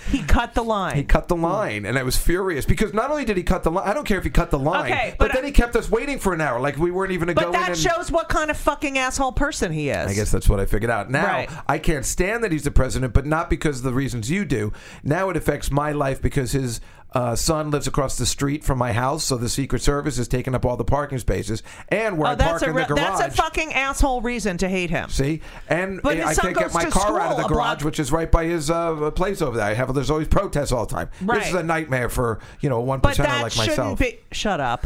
S2: He cut the line.
S4: He cut the line, and I was furious because not only did he cut the line, I don't care if he cut the line,
S2: Okay,
S4: but,
S2: but
S4: then
S2: I-
S4: he kept us waiting for an hour, like we weren't even a go
S2: but
S4: in.
S2: that
S4: and-
S2: shows what kind of fucking asshole person he is.
S4: I guess that's what I figured out. Now
S2: Right.
S4: I can't stand that he's the president, but not because of the reasons you do. Now it affects my life because his uh, son lives across the street from my house, so the Secret Service has taken up all the parking spaces and where
S2: Oh,
S4: I
S2: that's
S4: park
S2: a
S4: in the
S2: re-
S4: garage.
S2: that's a fucking asshole reason to hate him.
S4: See, and
S2: But his
S4: I
S2: son
S4: can't get
S2: goes
S4: my
S2: to
S4: car out of
S2: school
S4: the
S2: a
S4: garage,
S2: block-
S4: which is right by his uh, place over there. I have there's always protests all the time.
S2: Right.
S4: This is a nightmare for you know a one
S2: But
S4: percenter
S2: that
S4: like
S2: shouldn't
S4: myself.
S2: be. Shut up.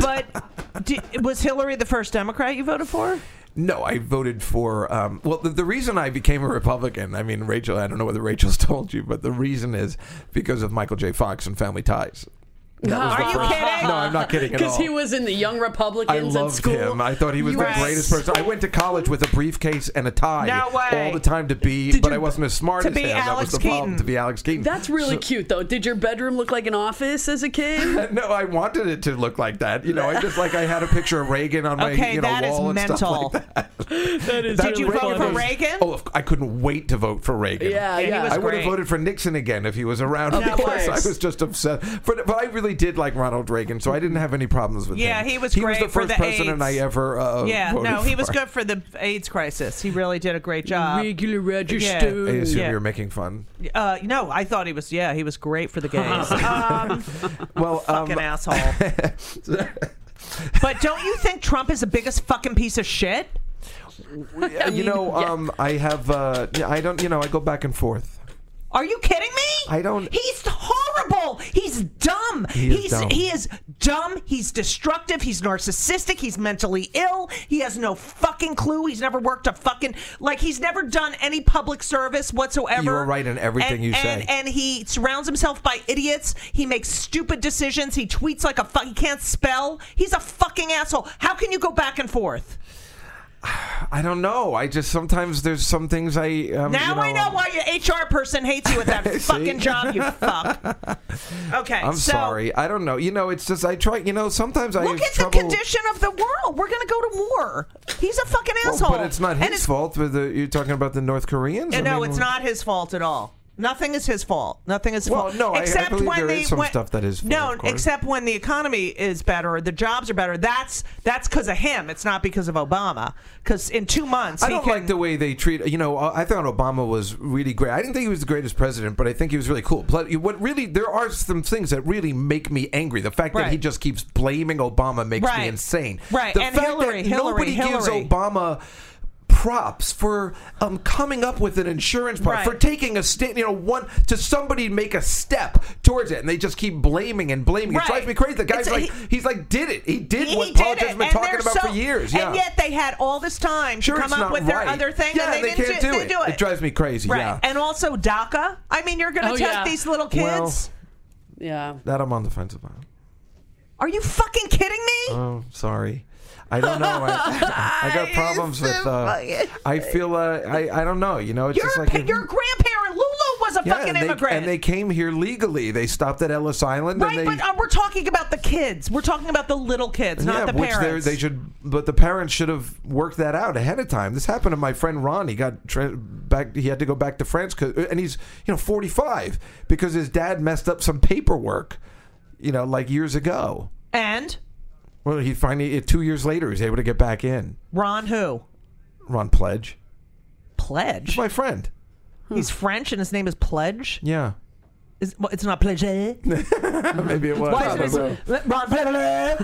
S2: but di was Hillary the first Democrat you voted for?
S4: No, I voted for. Um, well, the, the reason I became a Republican, I mean, Rachel, I don't know whether Rachel's told you, but the reason is because of Michael J. Fox and Family Ties. That was the
S2: Are you
S4: first-
S2: kidding?
S4: No, I'm not kidding at all.
S3: Because he was in the Young
S4: I
S3: Republicans at
S4: loved
S3: school.
S4: him. I thought he was
S2: Yes.
S4: the greatest person. I went to college with a briefcase and a tie
S2: No way.
S4: all the time to be,
S2: Did
S4: but
S2: you-
S4: I wasn't as smart
S2: to
S4: as
S2: be
S4: him. that was
S2: Alex
S4: the problem.
S2: Keaton.
S4: To be Alex Keaton.
S3: That's really cute, though. Did your bedroom look like an office as a kid?
S4: No, I wanted it to look like that. You know, I just like I had a picture of Reagan on my
S2: Okay,
S4: you know
S2: that is
S4: wall and stuff
S2: mental.
S4: like that.
S3: that is.
S4: That
S2: Did you
S4: Reagan
S2: vote for
S4: was-
S2: Reagan?
S4: Oh, of- I couldn't wait to vote for Reagan.
S3: Yeah,
S2: he
S3: yeah.
S2: was
S4: I would have
S2: great.
S4: voted for Nixon again if he was around.
S3: Of
S4: because
S3: course.
S4: I was just obsessed. But, but I really did like Ronald Reagan, so I didn't have any problems with
S2: Yeah,
S4: him.
S2: he was
S4: he
S2: great
S4: was the
S2: for the
S4: first president
S2: AIDS.
S4: I ever. Uh,
S2: Yeah,
S4: voted
S2: no, he was
S4: for.
S2: good for the AIDS crisis. He really did a great job.
S3: Regular
S4: I
S3: register.
S4: assume
S2: Yeah.
S4: you're making fun.
S2: Uh, no, I thought he was. Yeah, he was great for the gays. um,
S4: Well,
S2: fucking
S4: um,
S2: asshole. but don't you think Trump is the biggest fucking piece of shit?
S4: you know, um, I have. Uh, I don't. You know, I go back and forth.
S2: Are you kidding me?
S4: I don't-
S2: He's horrible. horrible. He's dumb.
S4: He is
S2: he's
S4: dumb.
S2: he is dumb. He's destructive. He's narcissistic. He's mentally ill. He has no fucking clue. He's never worked a fucking like he's never done any public service whatsoever.
S4: You are right in everything
S2: And-
S4: you say.
S2: and- and he surrounds himself by idiots. He makes stupid decisions. He tweets like a fuck. He can't spell. He's a fucking asshole. How can you go back and forth?
S4: I don't know. I just sometimes there's some things I um,
S2: Now
S4: you know,
S2: I know why your HR person hates you with that fucking job, you fuck. Okay,
S4: I'm
S2: so
S4: sorry. I don't know. You know, it's just I try. You know, sometimes I
S2: Look
S4: have
S2: at
S4: trouble.
S2: the condition of the world. We're gonna go to war. He's a fucking
S4: Well,
S2: asshole.
S4: but it's not
S2: And
S4: his fault. But the, you're talking about the North Koreans. I
S2: no,
S4: mean,
S2: it's not his fault at all. Nothing is his fault. Nothing is his
S4: Well,
S2: fault.
S4: no, I- I
S2: except
S4: believe
S2: when
S4: there
S2: the,
S4: is some
S2: when-
S4: stuff that is fault,
S2: no,
S4: of course.
S2: except when the economy is better, the jobs are better. That's that's because of him. It's not because of Obama. Because in two months,
S4: I
S2: he
S4: don't
S2: can,
S4: like the way they treat. You know, I I thought Obama was really great. I didn't think he was the greatest president, but I think he was really cool. But what really, there are some things that really make me angry. The fact that he
S2: Right.
S4: just keeps blaming Obama makes me
S2: Right.
S4: insane.
S2: Right,
S4: The
S2: and
S4: fact
S2: Hillary,
S4: that
S2: Hillary,
S4: nobody gives
S2: Hillary.
S4: Obama. Props for um, coming up with an insurance product,
S2: Right.
S4: for taking a stand, you know, one to somebody make a step towards it, and they just keep blaming and blaming. It
S2: Right.
S4: drives me crazy. The
S2: It's
S4: guy's
S2: a-
S4: like,
S2: he-
S4: he's like, did it. He did
S2: He
S4: what
S2: did
S4: politics
S2: it,
S4: has been
S2: and
S4: talking
S2: they're
S4: about
S2: so-
S4: for years.
S2: And
S4: yeah
S2: yet they had all this time
S4: sure,
S2: to
S4: it's
S2: come up
S4: not
S2: with
S4: right.
S2: their other thing, and
S4: Yeah,
S2: they,
S4: they
S2: didn't
S4: can't
S2: do,
S4: do
S2: they
S4: it.
S2: do it.
S4: It drives me crazy,
S2: Right.
S4: yeah.
S2: And also DACA. I mean, you're going to
S3: Oh,
S2: test
S3: yeah.
S2: these little kids.
S4: Well-
S3: Yeah.
S4: that I'm on the fence about.
S2: Are you fucking kidding me?
S4: Oh, sorry. I don't know. I, I got problems with. Uh, I feel. Uh, I. I don't know. You know. It's
S2: your
S4: just like
S2: pa-
S4: if-
S2: your grandparent Lulu was a
S4: yeah,
S2: fucking
S4: and they,
S2: immigrant.
S4: and they came here legally. They stopped at Ellis Island.
S2: Right,
S4: and they,
S2: but uh, we're talking about the kids. We're talking about the little kids,
S4: yeah,
S2: not the
S4: which they're-
S2: parents.
S4: they should. But the parents should have worked that out ahead of time. This happened to my friend Ron. He got tra- back. He had to go back to France, 'cause- uh, and he's you know 45 because his dad messed up some paperwork. You know, like years ago.
S2: and
S4: Well, he finally two years later he was able to get back in.
S2: Ron, who
S4: Ron Pledge,
S2: Pledge?
S4: my friend.
S2: He's French, and his name is Pledge.
S4: Yeah,
S2: Is, well, it's not Pledge. eh?
S4: maybe it was.
S2: Why is it- Ron Pledge?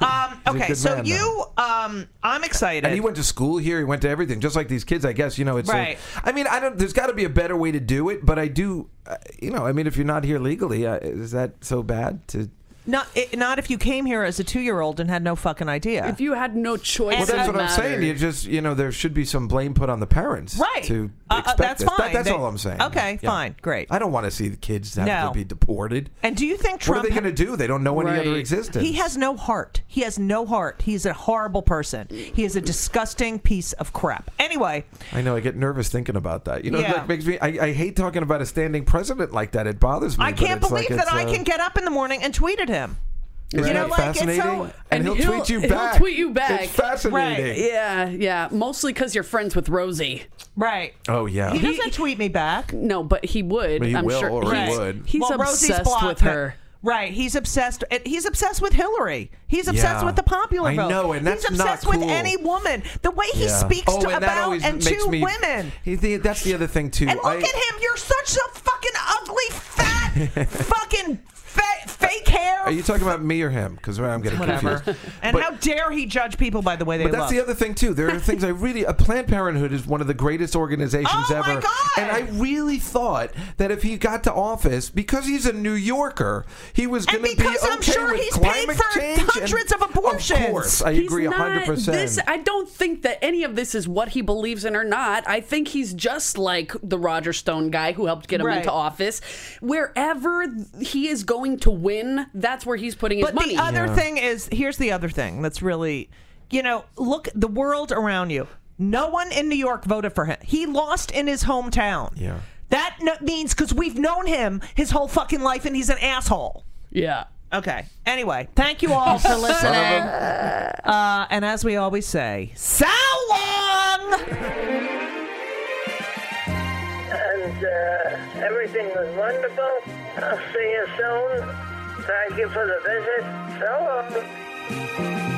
S2: um, okay,
S4: good
S2: so
S4: man,
S2: you, um, I'm excited.
S4: And he went to school here. He went to everything, just like these kids. I guess you know it's.
S2: Right.
S4: Like, I mean, I don't. There's got to be a better way to do it, but I do. Uh, you know, I mean, if you're not here legally, uh, is that so bad? To
S2: not, it, not if you came here as a two year old and had no fucking idea.
S3: If you had no
S2: Well,
S3: choice,
S4: well, that's
S3: in
S4: what
S3: the
S4: I'm saying.
S3: matter.
S4: You just, you know, there should be some blame put on the parents,
S2: Right.
S4: To
S2: Uh, uh,
S4: expect
S2: that's
S4: this. That-
S2: fine.
S4: that's
S2: They-
S4: all I'm saying.
S2: Okay, fine, great.
S4: I don't want to see the kids have
S2: No.
S4: to be deported.
S2: and do you think
S4: what
S2: Trump?
S4: are they going to do? They don't know any other
S3: Right.
S4: existence.
S2: He has no heart. He has no heart. He's a horrible person. He is a disgusting piece of crap. Anyway,
S4: I know. I get nervous thinking about that. You know,
S2: Yeah.
S4: that makes me. I, I hate talking about a standing president like that. It bothers me.
S2: I
S4: but
S2: can't
S4: it's like
S2: believe that
S4: it's,
S2: I
S4: uh,
S2: can get up in the morning and tweet at him.
S4: Isn't
S2: You know,
S4: that
S2: like, it's so-
S4: fascinating?
S3: And
S4: and he'll,
S3: he'll-
S4: tweet you
S3: he'll
S4: back.
S3: tweet you back.
S4: It's fascinating.
S2: Right.
S3: Yeah, yeah. Mostly because you're friends with Rosie.
S2: Right.
S4: Oh yeah.
S2: He doesn't tweet me back.
S3: No, but he would.
S4: But he
S3: I'm
S4: will
S3: sure.
S4: or he
S3: he's,
S4: would.
S3: He's
S2: Well, Rosie's
S3: obsessed
S2: blocked
S3: with
S2: him.
S3: her.
S2: Right. He's obsessed. and He's obsessed with Hillary. He's obsessed
S4: Yeah.
S2: with the popular
S4: I
S2: vote.
S4: know, and that's
S2: he's
S4: not
S2: obsessed with
S4: cool.
S2: any woman. The way he
S4: Yeah.
S2: speaks
S4: oh,
S2: to,
S4: and that
S2: about
S4: always
S2: and
S4: makes
S2: to
S4: me,
S2: women.
S4: He, the- that's the other thing too.
S2: And look
S4: I-
S2: at him. You're such a fucking ugly, fat, fucking fa- fake hair.
S4: Are you talking about me or him? Because I'm getting
S2: Whatever.
S4: confused.
S2: and
S4: But-
S2: how dare he judge people by the way they
S4: But
S2: look?
S4: that's the other thing too. There are things I really. A Planned Parenthood is one of the greatest organizations
S2: Oh, my
S4: ever.
S2: God!
S4: And I really thought that if he got to office, because he's a New Yorker, he was
S2: And
S4: going to be
S2: because
S4: okay
S2: I'm sure
S4: with
S2: he's paid
S4: climate
S2: for
S4: change and-
S2: hundreds of abortions.
S4: Of course, I
S3: He's
S4: agree
S3: not-
S4: hundred
S3: This,
S4: percent.
S3: I don't think that any of this is what he believes in or not. I think he's just like the Roger Stone guy who helped get him
S2: Right.
S3: into office. Wherever he is going to win, that's where he's putting his
S2: But
S3: money.
S2: the other thing is, here's the other thing that's really, you know, look the world around you. No one in New York voted for him. He lost in his hometown.
S4: Yeah.
S2: That no- means because we've known him his whole fucking life, and he's an asshole.
S3: yeah.
S2: Okay. Anyway, thank you all for listening. Uh, and as we always say, so long.
S6: and uh, everything was wonderful. I'll see you soon. Thank you for the visit. So long.